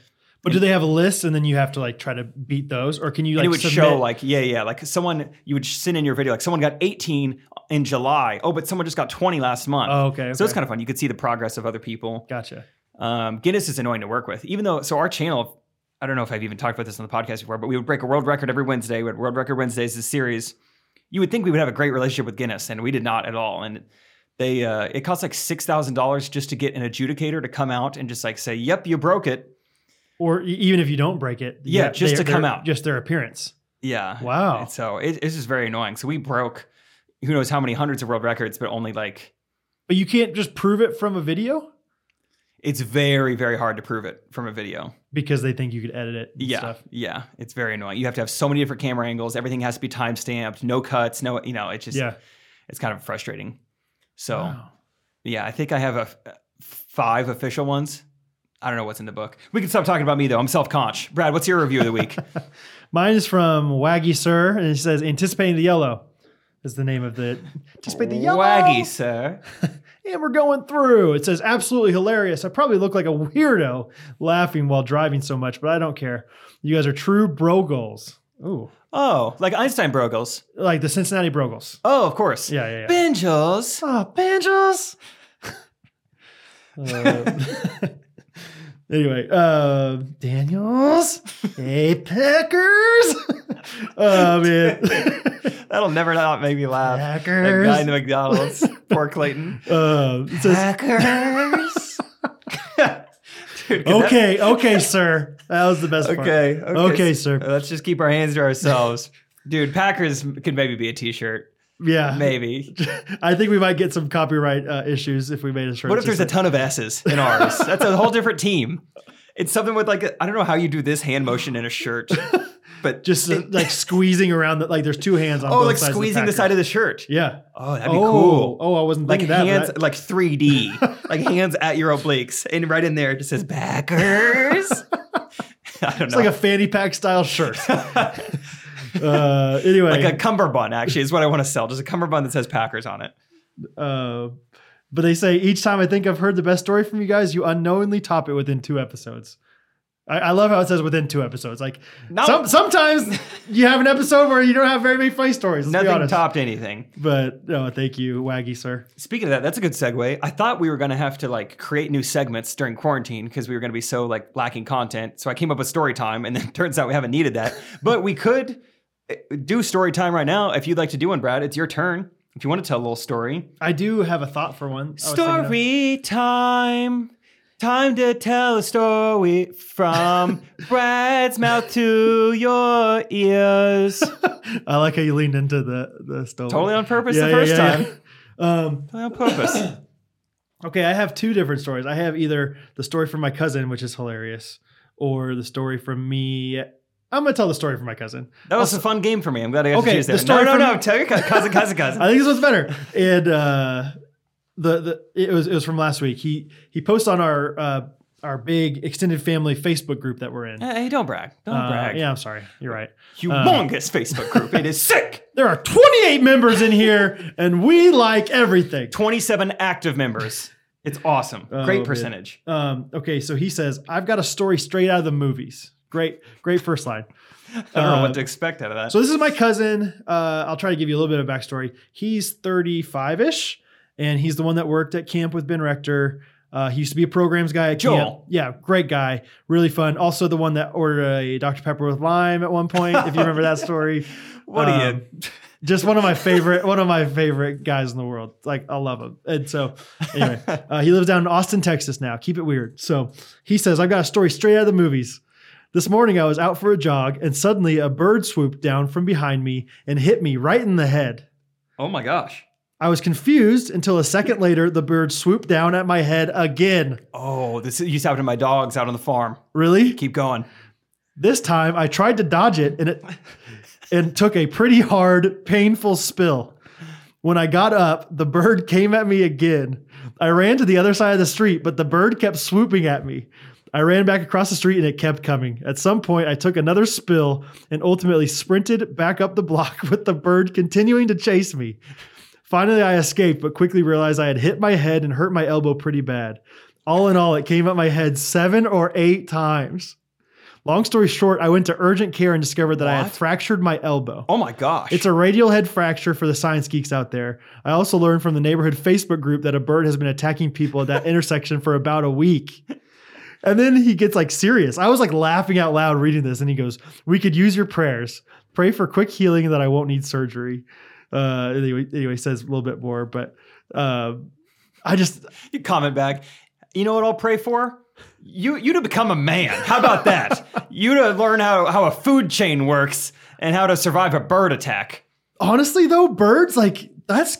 S1: But do they have a list, and then you have to like try to beat those, or can you like
S2: and it would
S1: submit-
S2: show like yeah yeah like someone you would send in your video like someone got 18 in july oh but someone just got 20 last month
S1: Oh, okay,
S2: so it's
S1: okay.
S2: kind of fun you could see the progress of other people
S1: Gotcha.
S2: um, guinness is annoying to work with even though so our channel i don't know if i've even talked about this on the podcast before but we would break a world record every wednesday we had world record wednesdays this series you would think we would have a great relationship with guinness and we did not at all and they uh, it costs like $6000 just to get an adjudicator to come out and just like say yep you broke it
S1: Or e- even if you don't break it, you
S2: Yeah,
S1: have-
S2: just
S1: they-
S2: to come
S1: their-
S2: out.
S1: just their appearance.
S2: Yeah.
S1: Wow.
S2: And so it, it's just very annoying. So we broke who knows how many hundreds of world records, but only like
S1: But you can't just prove it from a video
S2: it's very, very hard to prove it from a video.
S1: because they think you could edit it. And
S2: Yeah.
S1: Stuff.
S2: Yeah. It's very annoying. You have to have so many different camera angles. Everything has to be time stamped, no cuts, no, you know, it's just,
S1: Yeah.
S2: it's kind of frustrating. So
S1: Wow.
S2: yeah, I think I have a f- five official ones. I don't know what's in the book. We can stop talking about me though. I'm self-conscious. Brad, what's your review of the week?
S1: Mine is from Waggy Sir, and it says "Anticipating the Yellow" is the name of the. Anticipate the yellow.
S2: Waggy, sir.
S1: and we're going through. It says absolutely hilarious. I probably look like a weirdo laughing while driving so much, but I don't care. You guys are true bro goals. Ooh,
S2: Oh, like Einstein Brogles.
S1: like the Cincinnati Brogles.
S2: Oh, of course.
S1: Yeah, yeah, yeah.
S2: Benjels.
S1: Ah, banjos. Uh, anyway, uh, Daniels, hey Packers. oh man.
S2: That'll never not make me laugh. That
S1: Packers.
S2: guy in the McDonald's. Poor Clayton.
S1: Uh, it says,
S2: Hackers. Dude, could that-
S1: okay, okay, sir. That was the best part.
S2: okay.
S1: Okay, sir.
S2: Let's just keep our hands to ourselves. Dude, Packers could maybe be a t-shirt.
S1: Yeah.
S2: Maybe.
S1: I think we might get some copyright uh, issues if we made a shirt.
S2: What if there's a
S1: that
S2: ton of S's in ours? That's a whole different team. It's something with like, I I don't know how you do this hand motion in a shirt, but
S1: just uh, like squeezing around the like there's two hands on
S2: oh,
S1: both
S2: like
S1: sides of
S2: squeezing the,
S1: Packers.
S2: side of the shirt.
S1: yeah.
S2: Oh, that'd be
S1: oh,
S2: cool.
S1: oh, I wasn't
S2: like
S1: thinking that. but
S2: hands
S1: that-
S2: like 3D, like hands at your obliques, and right in there it just says backers. I don't
S1: It's
S2: know,
S1: like a fanny pack style shirt. uh, anyway,
S2: like a cummerbund actually is what I want to sell. Just a cummerbund that says Packers on it.
S1: uh, but they say each time I think I've heard the best story from you guys, you unknowingly top it within two episodes. I, I love how it says within two episodes. Like
S2: No.
S1: some, sometimes you have an episode where you don't have very many funny stories. Let's be
S2: Nothing
S1: honest.
S2: topped anything.
S1: But no, thank you, Waggy sir.
S2: Speaking of that, that's a good segue. I thought we were going to have to like create new segments during quarantine because we were going to be so like lacking content. So I came up with story time, and then turns out we haven't needed that. but we could eh, do story time right now if you'd like to do one, Brad. It's your turn. If you want to tell a little story,
S1: I do have a thought for
S2: Oh,
S1: one. I was thinking of-
S2: Story time. Time to tell a story from Brad's mouth to your ears.
S1: I like how you leaned into the the stove.
S2: Totally on purpose the first time.
S1: Um,
S2: Totally on purpose.
S1: okay, I have two different stories. I have either the story from my cousin, which is hilarious, or the story from me. I'm gonna tell the story from my cousin.
S2: That was a fun game for me. I'm glad I got
S1: Okay,
S2: to choose
S1: the
S2: that.
S1: story
S2: no, no,
S1: from-
S2: Uh, no. Tell your cou- cousin, cousin, cousin.
S1: I think this one's better. And uh, the the it was it was from last week. He he posts on our uh, our big extended family Facebook group that we're in.
S2: Hey, don't brag. Don't
S1: Uh,
S2: brag.
S1: yeah, I'm sorry. You're right.
S2: Humongous Facebook group. It is sick.
S1: There are 28 members in here, and we like everything.
S2: 27 active members. It's awesome.
S1: Oh,
S2: Great
S1: man.
S2: percentage.
S1: Um, okay, so he says, "I've got a story straight out of the movies." Great, great first line.
S2: I don't know
S1: Uh,
S2: what to expect out of that.
S1: So this is my cousin. Uh, I'll try to give you a little bit of backstory. He's 35 ish, and he's the one that worked at camp with Ben Rector. Uh, he used to be a programs guy at camp.
S2: Joel.
S1: Yeah, great guy, really fun. Also the one that ordered a Dr Pepper with lime at one point. If you remember that story,
S2: what are
S1: um,
S2: you?
S1: just one of my favorite, one of my favorite guys in the world. Like I love him. And so anyway, uh, he lives down in Austin, Texas now. Keep it weird. So he says, I've got a story straight out of the movies. This morning I was out for a jog and suddenly a bird swooped down from behind me and hit me right in the head.
S2: Oh my gosh.
S1: I was confused until a second later the bird swooped down at my head again.
S2: Oh, this used to happen to my dogs out on the farm.
S1: Really?
S2: Keep going.
S1: This time I tried to dodge it and it and took a pretty hard, painful spill. When I got up, the bird came at me again. I ran to the other side of the street, but the bird kept swooping at me. I ran back across the street and it kept coming. At some point, I took another spill and ultimately sprinted back up the block with the bird continuing to chase me. Finally, I escaped, but quickly realized I had hit my head and hurt my elbow pretty bad. All in all, it came at my head seven or eight times. Long story short, I went to urgent care and discovered that I had
S2: What?
S1: fractured my elbow.
S2: Oh my gosh.
S1: It's a radial head fracture for the science geeks out there. I also learned from the neighborhood Facebook group that a bird has been attacking people at that intersection for about a week. And then he gets like serious. I was like laughing out loud reading this, and he goes, "We could use your prayers. Pray for quick healing and that I won't need surgery." Uh, anyway, anyway, he says a little bit more, but uh, I just
S2: you comment back. You know what I'll pray for? You you to become a man. How about that? you to learn how, how a food chain works and how to survive a bird attack.
S1: honestly though, birds like that's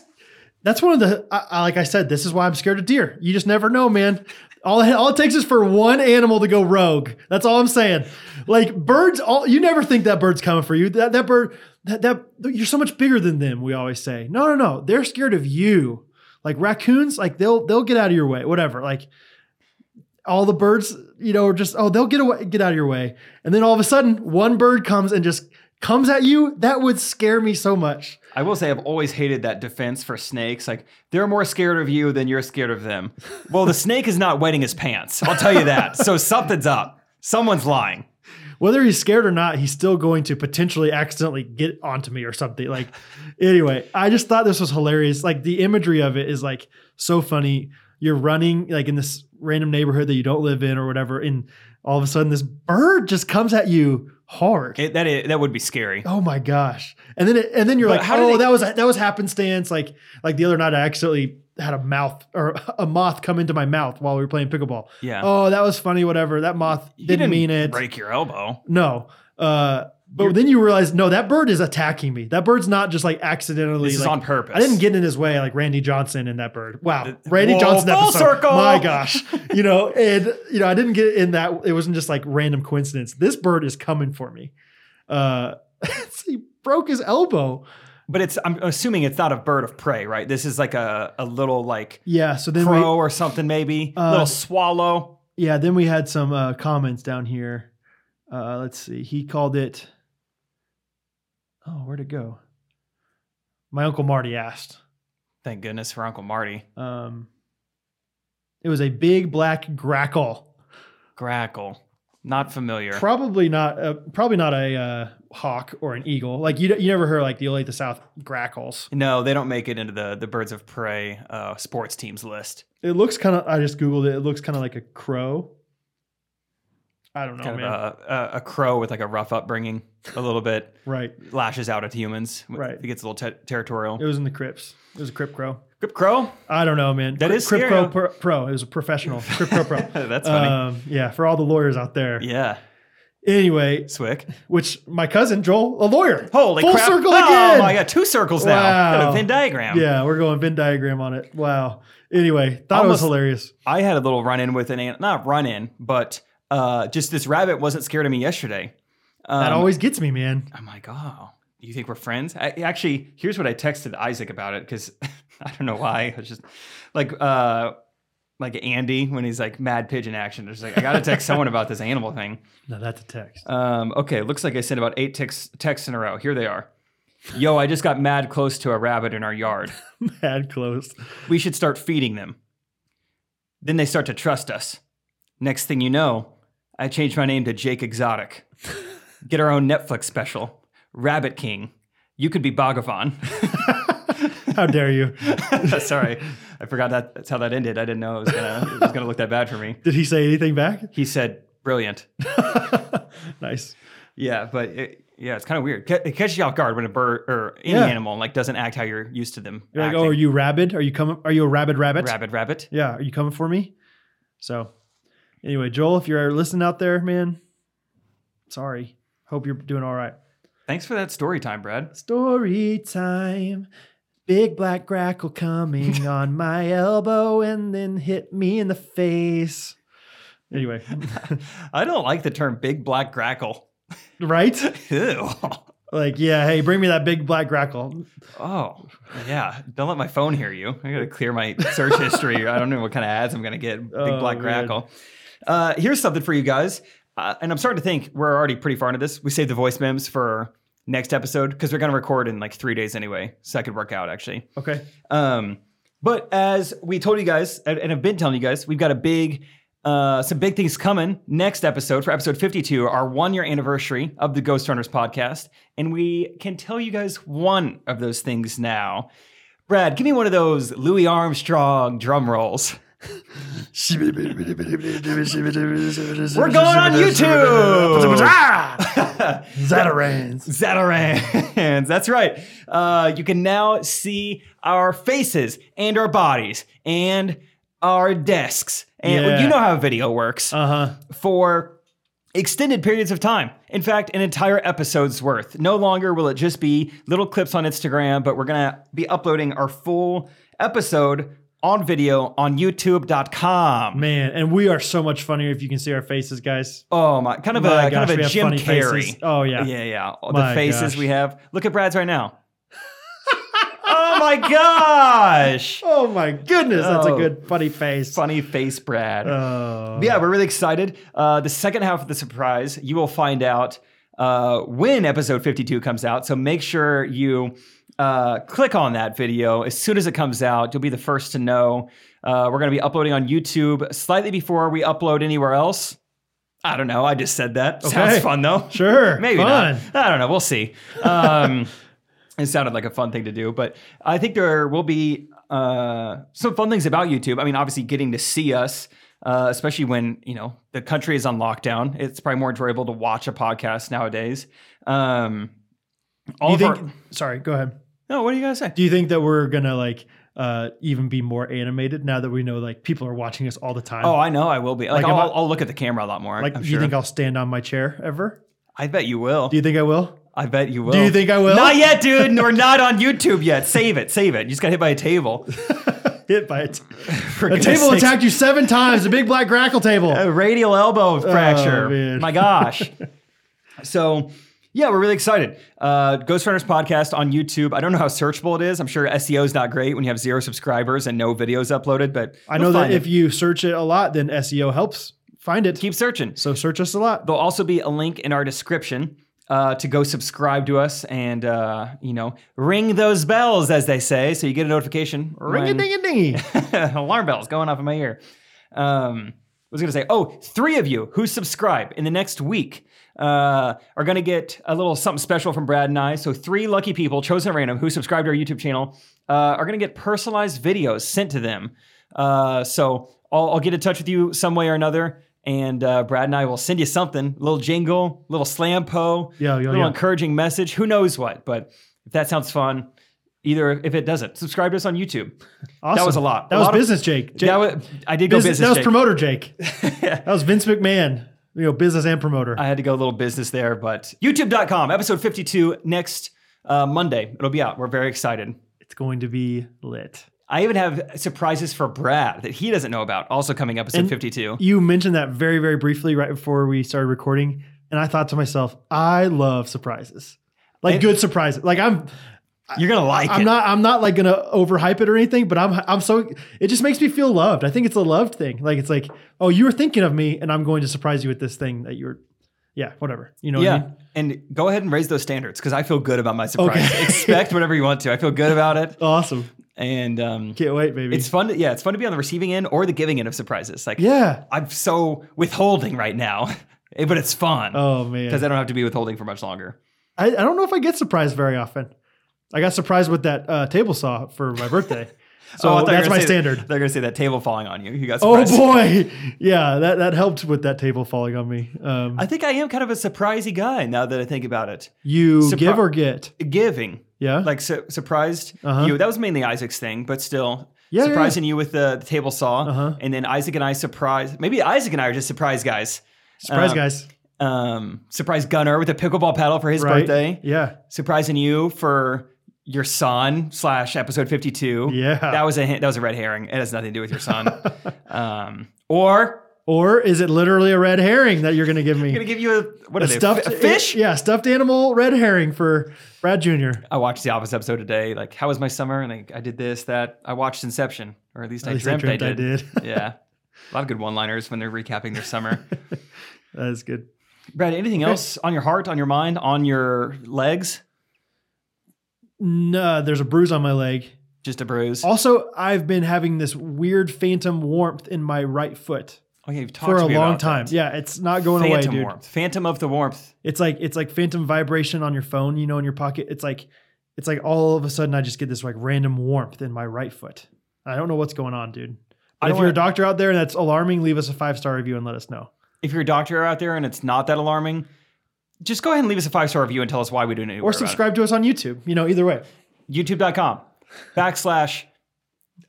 S1: that's one of the I, I- like I said. This is why I'm scared of deer. You just never know, man. All it, all it takes is for one animal to go rogue. That's all I'm saying. Like birds, all you never think that bird's coming for you. That that bird that that you're so much bigger than them. We always say no, no, no. They're scared of you. Like raccoons, like they'll they'll get out of your way. Whatever. Like all the birds, you know, are just oh they'll get away, get out of your way. And then all of a sudden, one bird comes and just comes at you. That would scare me so much.
S2: I will say I've always hated that defense for snakes. Like they're more scared of you than you're scared of them. Well, the snake is not wetting his pants. I'll tell you that. So something's up. Someone's lying.
S1: whether he's scared or not, he's still going to potentially accidentally get onto me or something. Like, anyway, I just thought this was hilarious. Like, the imagery of it is like so funny. You're running like in this random neighborhood that you don't live in or whatever, and all of a sudden this bird just comes at you hard.
S2: It, that is, that would be scary.
S1: Oh my gosh! And then it, and then you're
S2: But
S1: like,
S2: how do
S1: oh,
S2: they-
S1: that was that was happenstance. Like like the other night, I accidentally had a mouth or a moth come into my mouth while we were playing pickleball.
S2: Yeah.
S1: Oh, that was funny. Whatever. That moth
S2: You
S1: didn't, mean it.
S2: Break your elbow.
S1: No. Uh, but then you realize, no, that bird is attacking me. That bird's not just like accidentally.
S2: This is
S1: like-
S2: on purpose.
S1: I didn't get in his way like Randy Johnson and that bird. Wow, Randy
S2: Whoa,
S1: Johnson
S2: full
S1: episode.
S2: circle.
S1: My gosh, you know, and you know, I didn't get in that. It wasn't just like random coincidence. This bird is coming for me. Uh, he broke his elbow.
S2: But it's I'm assuming it's not a bird of prey, right? This is like a, a little like
S1: Yeah. So then
S2: crow or something maybe.
S1: Uh,
S2: little swallow.
S1: we yeah then we had some uh, comments down here. Uh, let's see. He called it. Oh, where'd it go? My uncle Marty asked.
S2: Thank goodness for Uncle Marty.
S1: Um, it was a big black grackle.
S2: Grackle. Not familiar.
S1: Probably not. A, probably not a uh, hawk or an eagle. Like you, you never heard like the Olate the South grackles.
S2: no, they don't make it into the the birds of prey uh, sports teams list.
S1: It looks kind of. I just googled it. It looks kind of like a crow. I don't know,
S2: kind
S1: Oh, man.
S2: of Uh, a, a, a crow with like a rough upbringing, a little bit
S1: right.
S2: lashes out at humans.
S1: Right.
S2: it gets a little te- territorial.
S1: It was in the crypts. It was a crypt crow.
S2: Good crow.
S1: I don't know, man.
S2: That
S1: Crypt-
S2: is
S1: crypt
S2: scary,
S1: crow
S2: huh?
S1: pro, pro. It was a professional crypt crow pro.
S2: That's funny.
S1: Um, yeah, for all the lawyers out there.
S2: yeah,
S1: Anyway,
S2: Swick.
S1: which my cousin Joel, a lawyer.
S2: Holy
S1: Full
S2: crap!
S1: circle
S2: oh
S1: again.
S2: my god, two circles now. Got
S1: Wow.
S2: a Venn diagram.
S1: Yeah, we're going Venn diagram on it. Wow. Anyway, thought
S2: Almost-
S1: it was hilarious.
S2: I had a little run in with an ant. Not run in, but uh, just this rabbit wasn't scared of me yesterday. Um,
S1: That always gets me, man.
S2: I'm like, oh, you think we're friends? I, actually, here's what I texted Isaac about it because I don't know why. I was just like, uh, like Andy when he's like mad pigeon action. There's like, I gotta text someone about this animal thing.
S1: No, that's a text.
S2: Um, okay, looks like I sent about eight ticks, texts in a row. Here they are. Yo, I just got mad close to a rabbit in our yard.
S1: Mad close.
S2: We should start feeding them. Then they start to trust us. Next thing you know, I changed my name to Jake Exotic. Get our own Netflix special, Rabbit King. You could be Bhagavan.
S1: How dare you?
S2: Sorry, I forgot that. That's how that ended. I didn't know it was gonna, it was gonna look that bad for me.
S1: Did he say anything back?
S2: He said, "Brilliant."
S1: nice.
S2: Yeah, but it, yeah, it's kind of weird. Ca- It catches you off guard when a bird or any
S1: Yeah.
S2: animal like doesn't act how you're used to them.
S1: You're like,
S2: acting.
S1: oh, are you rabid? Are you coming? Are you a rabid rabbit?
S2: rabbit, rabbit.
S1: Yeah. Are you coming for me? So, anyway, Joel, if you're listening out there, man, sorry. Hope you're doing all right.
S2: Thanks for that story time, Brad.
S1: Story time. Big black grackle coming on my elbow and then hit me in the face. Anyway,
S2: I don't like the term "big black grackle."
S1: right?
S2: Ew.
S1: Like, yeah, hey, bring me that big black grackle.
S2: Oh, yeah. Don't let my phone hear you. I gotta clear my search history. I don't know what kind of ads I'm gonna get. Big
S1: Oh,
S2: black
S1: man.
S2: grackle. Uh, here's something for you guys. Uh, and I'm starting to think we're already pretty far into this. We saved the voice memes for next episode because we're gonna record in like three days anyway, so that could work out actually.
S1: Okay.
S2: Um, but as we told you guys, and and I've been telling you guys, we've got a big, uh, some big things coming next episode for episode 52, our one year anniversary of the Ghost Runners podcast. And we can tell you guys one of those things now. Brad, give me one of those Louis Armstrong drum rolls. We're going on YouTube.
S1: Zatarans.
S2: Zatarans. That's right. Uh, you can now see our faces and our bodies and our desks. And well,
S1: Yeah.
S2: you know how video works
S1: Uh huh.
S2: for extended periods of time. In fact, an entire episode's worth. No longer will it just be little clips on Instagram, but we're going to be uploading our full episode on video on youtube.com.
S1: Man, and we are so much funnier if you can see our faces, guys.
S2: Oh my, kind of
S1: My
S2: a kind
S1: gosh,
S2: of
S1: we
S2: a
S1: have
S2: Jim
S1: funny
S2: Carrey.
S1: faces. Oh, yeah.
S2: yeah, yeah. All the
S1: My
S2: faces
S1: gosh.
S2: we have. Look at Brad's right now. oh my gosh!
S1: Oh my goodness, that's a
S2: Oh.
S1: good funny face.
S2: Funny face, Brad.
S1: Oh.
S2: yeah, we're really excited. Uh, the second half of the surprise, you will find out uh, when episode 52 comes out. So make sure you uh, click on that video as soon as it comes out. You'll be the first to know. Uh, we're going to be uploading on YouTube slightly before we upload anywhere else. I don't know. I just said that. Sounds
S1: Okay.
S2: fun though.
S1: Sure.
S2: Maybe
S1: fun.
S2: not. I don't know. We'll see. Um, it sounded like a fun thing to do, but I think there will be uh, some fun things about YouTube. I mean, obviously, getting to see us, uh, especially when you know the country is on lockdown, it's probably more enjoyable to watch a podcast nowadays. Um, all
S1: Do you
S2: of
S1: think
S2: our-
S1: sorry, go ahead.
S2: no, what are you gonna say?
S1: Do you think that we're gonna like uh even be more animated now that we know like people are watching us all the time?
S2: Oh, I know, I will be. Like,
S1: Like, am
S2: I'll,
S1: I-
S2: I'll look at the camera a lot more.
S1: like
S2: I'm
S1: do
S2: sure.
S1: you think I'll stand on my chair ever?
S2: I bet you will.
S1: Do you think I will?
S2: I bet you will.
S1: Do you think I will?
S2: Not yet, dude. We're not on YouTube yet. Save it. Save it. You just got hit by a table.
S1: Hit by a, t-
S2: For
S1: a
S2: goodness
S1: table
S2: sakes.
S1: attacked you seven times. A big black grackle table.
S2: a radial elbow fracture.
S1: Oh, man.
S2: My gosh. so yeah, we're really excited. Uh, Ghost Runners podcast on YouTube. I don't know how searchable it is. I'm sure SEO is not great when you have zero subscribers and no videos uploaded, but
S1: I
S2: you'll
S1: know that
S2: find
S1: if
S2: it.
S1: you search it a lot, then SEO helps find it.
S2: keep searching.
S1: so search us a lot.
S2: There'll also be a link in our description uh, to go subscribe to us and uh, you know ring those bells as they say, so you get a notification.
S1: Ring a
S2: when-
S1: ding a dingy.
S2: alarm bells going off in my ear. Um, I was going to say, oh, three of you who subscribe in the next week uh, are going to get a little something special from Brad and I. So, three lucky people chosen at random who subscribe to our YouTube channel uh, are going to get personalized videos sent to them. Uh, so, I'll, I'll get in touch with you some way or another. And uh, Brad and I will send you something, little jingle, little slam po,
S1: Yo, yo,
S2: little
S1: yo.
S2: encouraging message. Who knows what? But if that sounds fun, either if it doesn't, subscribe to us on YouTube.
S1: Awesome.
S2: was a lot.
S1: That
S2: A
S1: was
S2: lot of-
S1: business, Jake. Jake
S2: That was, I did go
S1: uh, business-
S2: business.
S1: that was
S2: Jake.
S1: promoter, Jake. that was Vince McMahon. You know, business and promoter.
S2: I had to go a little business there, but YouTube.com episode fifty-two next uh, Monday. It'll be out. We're very excited.
S1: it's going to be lit.
S2: I even have surprises for Brad that he doesn't know about. Also coming episode
S1: And-
S2: fifty-two.
S1: You mentioned that very, very briefly right before we started recording, and I thought to myself, I love surprises. like
S2: And-
S1: good surprises. Like I'm,
S2: You're gonna like
S1: I'm
S2: it.
S1: not, I'm not like gonna overhype it or anything. But I'm, I'm so. It just makes me feel loved. I think it's a loved thing. Like it's like, oh, you were thinking of me, and I'm going to surprise you with this thing that you're. Yeah, whatever. You know. What I
S2: yeah,
S1: mean?
S2: and go ahead and raise those standards because I feel good about my surprise.
S1: Okay.
S2: Expect whatever you want to. I feel good about it,
S1: Awesome.
S2: and um,
S1: Can't wait, baby.
S2: it's fun. To, yeah, it's fun to be on the receiving end or the giving end of surprises. Like
S1: yeah.
S2: I'm so withholding right now, eh, but it's fun
S1: Oh man.
S2: because I don't have to be withholding for much longer.
S1: I, I don't know if I get surprised very often. I got surprised with that uh, table saw for my birthday.
S2: Oh,
S1: So
S2: I thought you were
S1: that's
S2: gonna
S1: my
S2: say-
S1: standard.
S2: They're gonna say that table falling on you. You got
S1: Oh
S2: surprised.
S1: boy. Yeah, that, that helped with that table falling on me. Um,
S2: I think I am kind of a surprisey guy now that I think about it.
S1: you
S2: surpri-
S1: give or get.
S2: Giving,
S1: Yeah.
S2: like su- surprised
S1: Uh-huh.
S2: you. That was mainly Isaac's thing, but still
S1: Yeah, yeah,
S2: surprising you with the, the table saw.
S1: Uh-huh.
S2: And then Isaac and I surprised. Maybe Isaac and I are just surprise guys.
S1: Surprise
S2: um,
S1: guys.
S2: Um, surprise Gunner with a pickleball paddle for his
S1: Right.
S2: birthday.
S1: Yeah.
S2: Surprising you for your son slash episode fifty two.
S1: Yeah.
S2: that was a hint- that was a red herring. It has nothing to do with your son. um, or
S1: or is it literally a red herring that you're going to give me?
S2: I'm gonna give you a
S1: a
S2: what are they, a
S1: stuffed
S2: fish.
S1: Yeah, stuffed animal red herring for Brad Jr.
S2: I watched the Office episode today. Like, how was my summer? And I, I did this, that. I watched Inception, or at least, I,
S1: At least
S2: dreamt I did.
S1: did.
S2: yeah, a lot of good one-liners when they're recapping their summer.
S1: that is good.
S2: Brad, anything else on your heart, on your mind, on your legs?
S1: No, uh, there's a bruise on my leg.
S2: Just a bruise.
S1: Also, I've been having this weird phantom warmth in my right foot
S2: oh yeah, you've talked
S1: for
S2: to
S1: a
S2: me
S1: long
S2: about that.
S1: time. Yeah, it's not going away,
S2: Phantom
S1: dude.
S2: warmth. Phantom of the warmth.
S1: It's like it's like phantom vibration on your phone, you know, in your pocket. It's like it's like all of a sudden I just get this like random warmth in my right foot. I don't know what's going on, dude.
S2: I
S1: But if
S2: don't
S1: you're a
S2: wanna-
S1: doctor out there and that's alarming, leave us a five star review and let us know.
S2: If you're a doctor out there and it's not that alarming, just go ahead and leave us a five-star review and tell us why we do it.
S1: Or subscribe to us on YouTube. You know, either way.
S2: YouTube.com backslash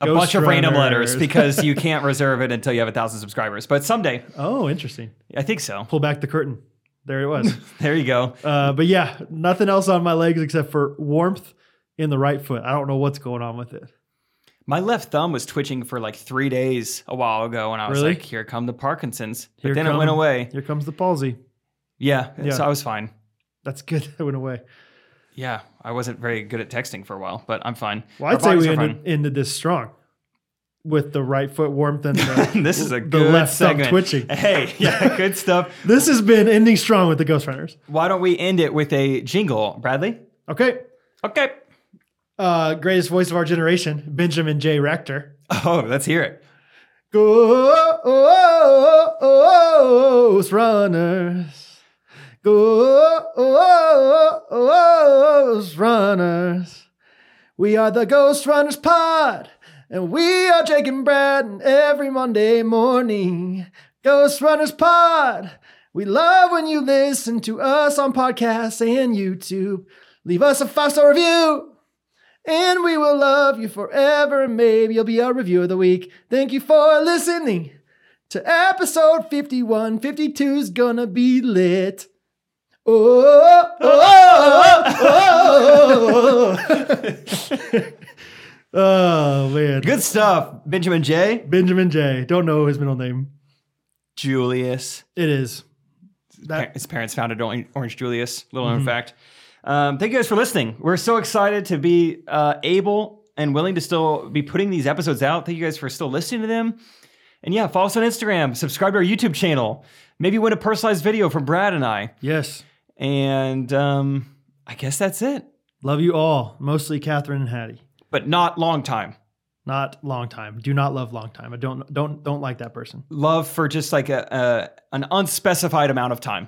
S2: a
S1: Ghost
S2: bunch of random letters
S1: runners.
S2: because you can't reserve it until you have a thousand subscribers. But someday,
S1: Oh, interesting.
S2: I think so.
S1: Pull back the curtain. There it was.
S2: There you go.
S1: uh, but yeah, nothing else on my legs except for warmth in the right foot. I don't know what's going on with it.
S2: My left thumb was twitching for like three days a while ago, and I was
S1: Really?
S2: like, "Here come the Parkinson's." But
S1: Here
S2: then it went
S1: come-
S2: away.
S1: Here comes the palsy.
S2: Yeah,
S1: Yeah.
S2: so I was fine.
S1: That's good. That went away.
S2: Yeah, I wasn't very good at texting for a while, but I'm fine.
S1: Well,
S2: Our
S1: I'd say
S2: bodies
S1: we
S2: are
S1: ended, ended this strong with the right foot warmth and
S2: fine.
S1: the,
S2: this is a
S1: the
S2: good
S1: left
S2: segment.
S1: thumb twitching.
S2: Hey, yeah, good stuff.
S1: This has been ending strong with the Ghost Runners.
S2: Why don't we end it with a jingle, Bradley?
S1: Okay.
S2: Okay.
S1: Uh, greatest voice of our generation, Benjamin J. Rector.
S2: Oh, let's hear it.
S1: Ghost Runners. Ghost Runners. We are the Ghost Runners Pod, and we are Jake and Brad and every Monday morning. Ghost Runners Pod. We love when you listen to us on podcasts and YouTube. Leave us a five star review and we will love you forever. And maybe you'll be our review of the week. Thank you for listening to episode 51. 52's gonna be lit. Oh, oh, oh, oh, oh. Oh, man.
S2: Good stuff, Benjamin J.
S1: Benjamin J. Don't know his middle name.
S2: Julius.
S1: It is.
S2: Pa- his parents founded Or- Orange Julius. Little
S1: Mm-hmm.
S2: known fact. Um, thank you guys for listening. We're so excited to be uh, able and willing to still be putting these episodes out. Thank you guys for still listening to them. And yeah, follow us on Instagram. Subscribe to our YouTube channel. Maybe win a personalized video from Brad and I.
S1: Yes.
S2: And um, I guess that's it.
S1: Love you all, mostly Catherine and Hattie.
S2: But not long time.
S1: Not long time. Do not love long time. I don't don't don't like that person.
S2: Love for just like a, a an unspecified amount of time.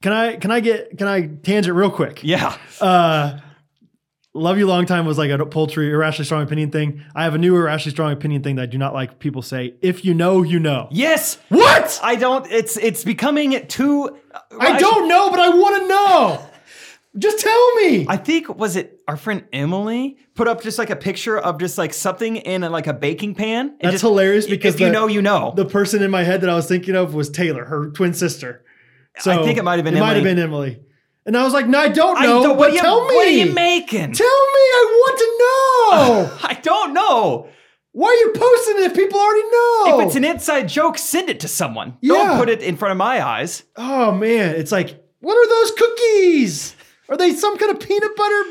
S1: Can I can I get can I tangent real quick?
S2: Yeah.
S1: uh, love you long time was like a poultry irrationally strong opinion thing. I have a new irrationally strong opinion thing that I do not like people say. If you know, you know.
S2: Yes.
S1: What?
S2: I don't. It's it's becoming too.
S1: I don't know, but I want to know. Just tell me.
S2: I think was it our friend Emily put up just like a picture of just like something in like a baking pan. and
S1: That's
S2: just-
S1: hilarious because
S2: if you
S1: the-
S2: know, you know.
S1: the person in my head that I was thinking of was Taylor, her twin sister. So
S2: I think it might have been
S1: It might have
S2: Emily.
S1: been Emily. And I was like, no, I don't
S2: I
S1: know.
S2: don't-
S1: but
S2: what, are you,
S1: tell me.
S2: what are you making?
S1: Tell me. I want to know.
S2: I don't know.
S1: Why are you posting it if people already know?
S2: If it's an e- inside joke, send it to someone. Don't
S1: Yeah.
S2: put it in front of my eyes.
S1: oh man, it's like, what are those cookies? Are they some kind of peanut butter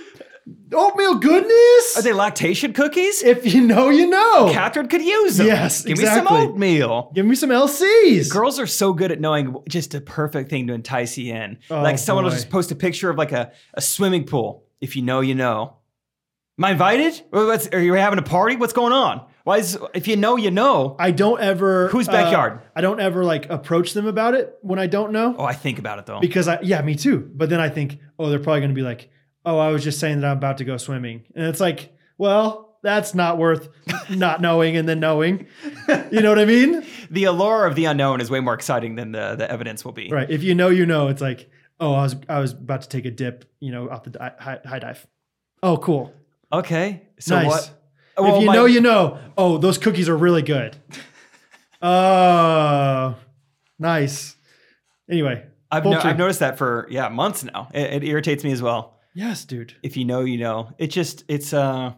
S1: oatmeal goodness?
S2: Are they lactation cookies?
S1: if you know, you know.
S2: Catherine could use them.
S1: Yes,
S2: Give me
S1: exactly.
S2: some oatmeal.
S1: Give me some LCs.
S2: Girls are so good at knowing just a perfect thing to entice you in.
S1: Oh,
S2: like someone will
S1: boy.
S2: just post a picture of like a, a swimming pool. If you know, you know. Am I invited? Well, What's, are you having a party? What's going on? Why is if you know, you know?
S1: I don't ever.
S2: Whose
S1: uh,
S2: backyard?
S1: I don't ever like approach them about it when I don't know.
S2: Oh, I think about it though.
S1: because I yeah, me too. But then I think, oh, they're probably going to be like, oh, I was just saying that I'm about to go swimming, and it's like, well, that's not worth not knowing and then knowing. You know what I mean?
S2: the allure of the unknown is way more exciting than the, the evidence will be.
S1: Right. If you know, you know. It's like, oh, I was I was about to take a dip, you know, off the di- high, high dive. Oh, cool.
S2: Okay. So
S1: nice.
S2: what?
S1: if
S2: Well,
S1: you
S2: my-
S1: know, you know. Oh, those cookies are really good. Oh, nice. Anyway,
S2: I've, no,
S1: poultry.
S2: I've noticed that for yeah months now. It, it irritates me as well.
S1: yes, dude.
S2: If you know, you know. It just it's uh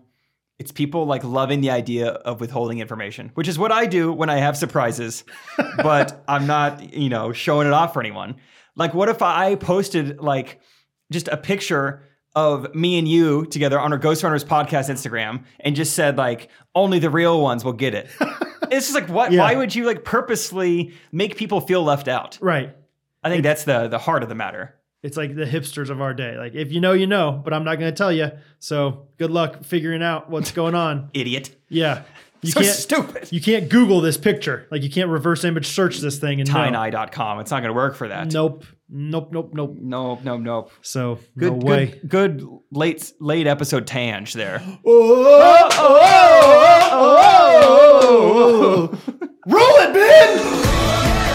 S2: it's people like loving the idea of withholding information, which is what I do when I have surprises, but I'm not you know showing it off for anyone. Like, what if I posted like just a picture of me and you together on our Ghost Runners podcast Instagram and just said like only the real ones will get it. it's just like what?
S1: Yeah.
S2: Why would you like purposely make people feel left out?
S1: Right.
S2: I think that's the the heart of the matter.
S1: It's like the hipsters of our day. Like, if you know, you know, but I'm not going to tell you. So good luck figuring out what's going on.
S2: Idiot.
S1: Yeah. You
S2: so
S1: can't,
S2: stupid.
S1: you can't Google this picture. Like, you can't reverse image search this thing and know.
S2: Tineeye.com. It's not going to work for that.
S1: Nope. Nope. Nope. Nope.
S2: Nope, nope, nope.
S1: So,
S2: Good,
S1: no way.
S2: good, good late late episode tange there.
S1: Oh, oh, oh, oh, oh, oh, oh. Roll it, Ben!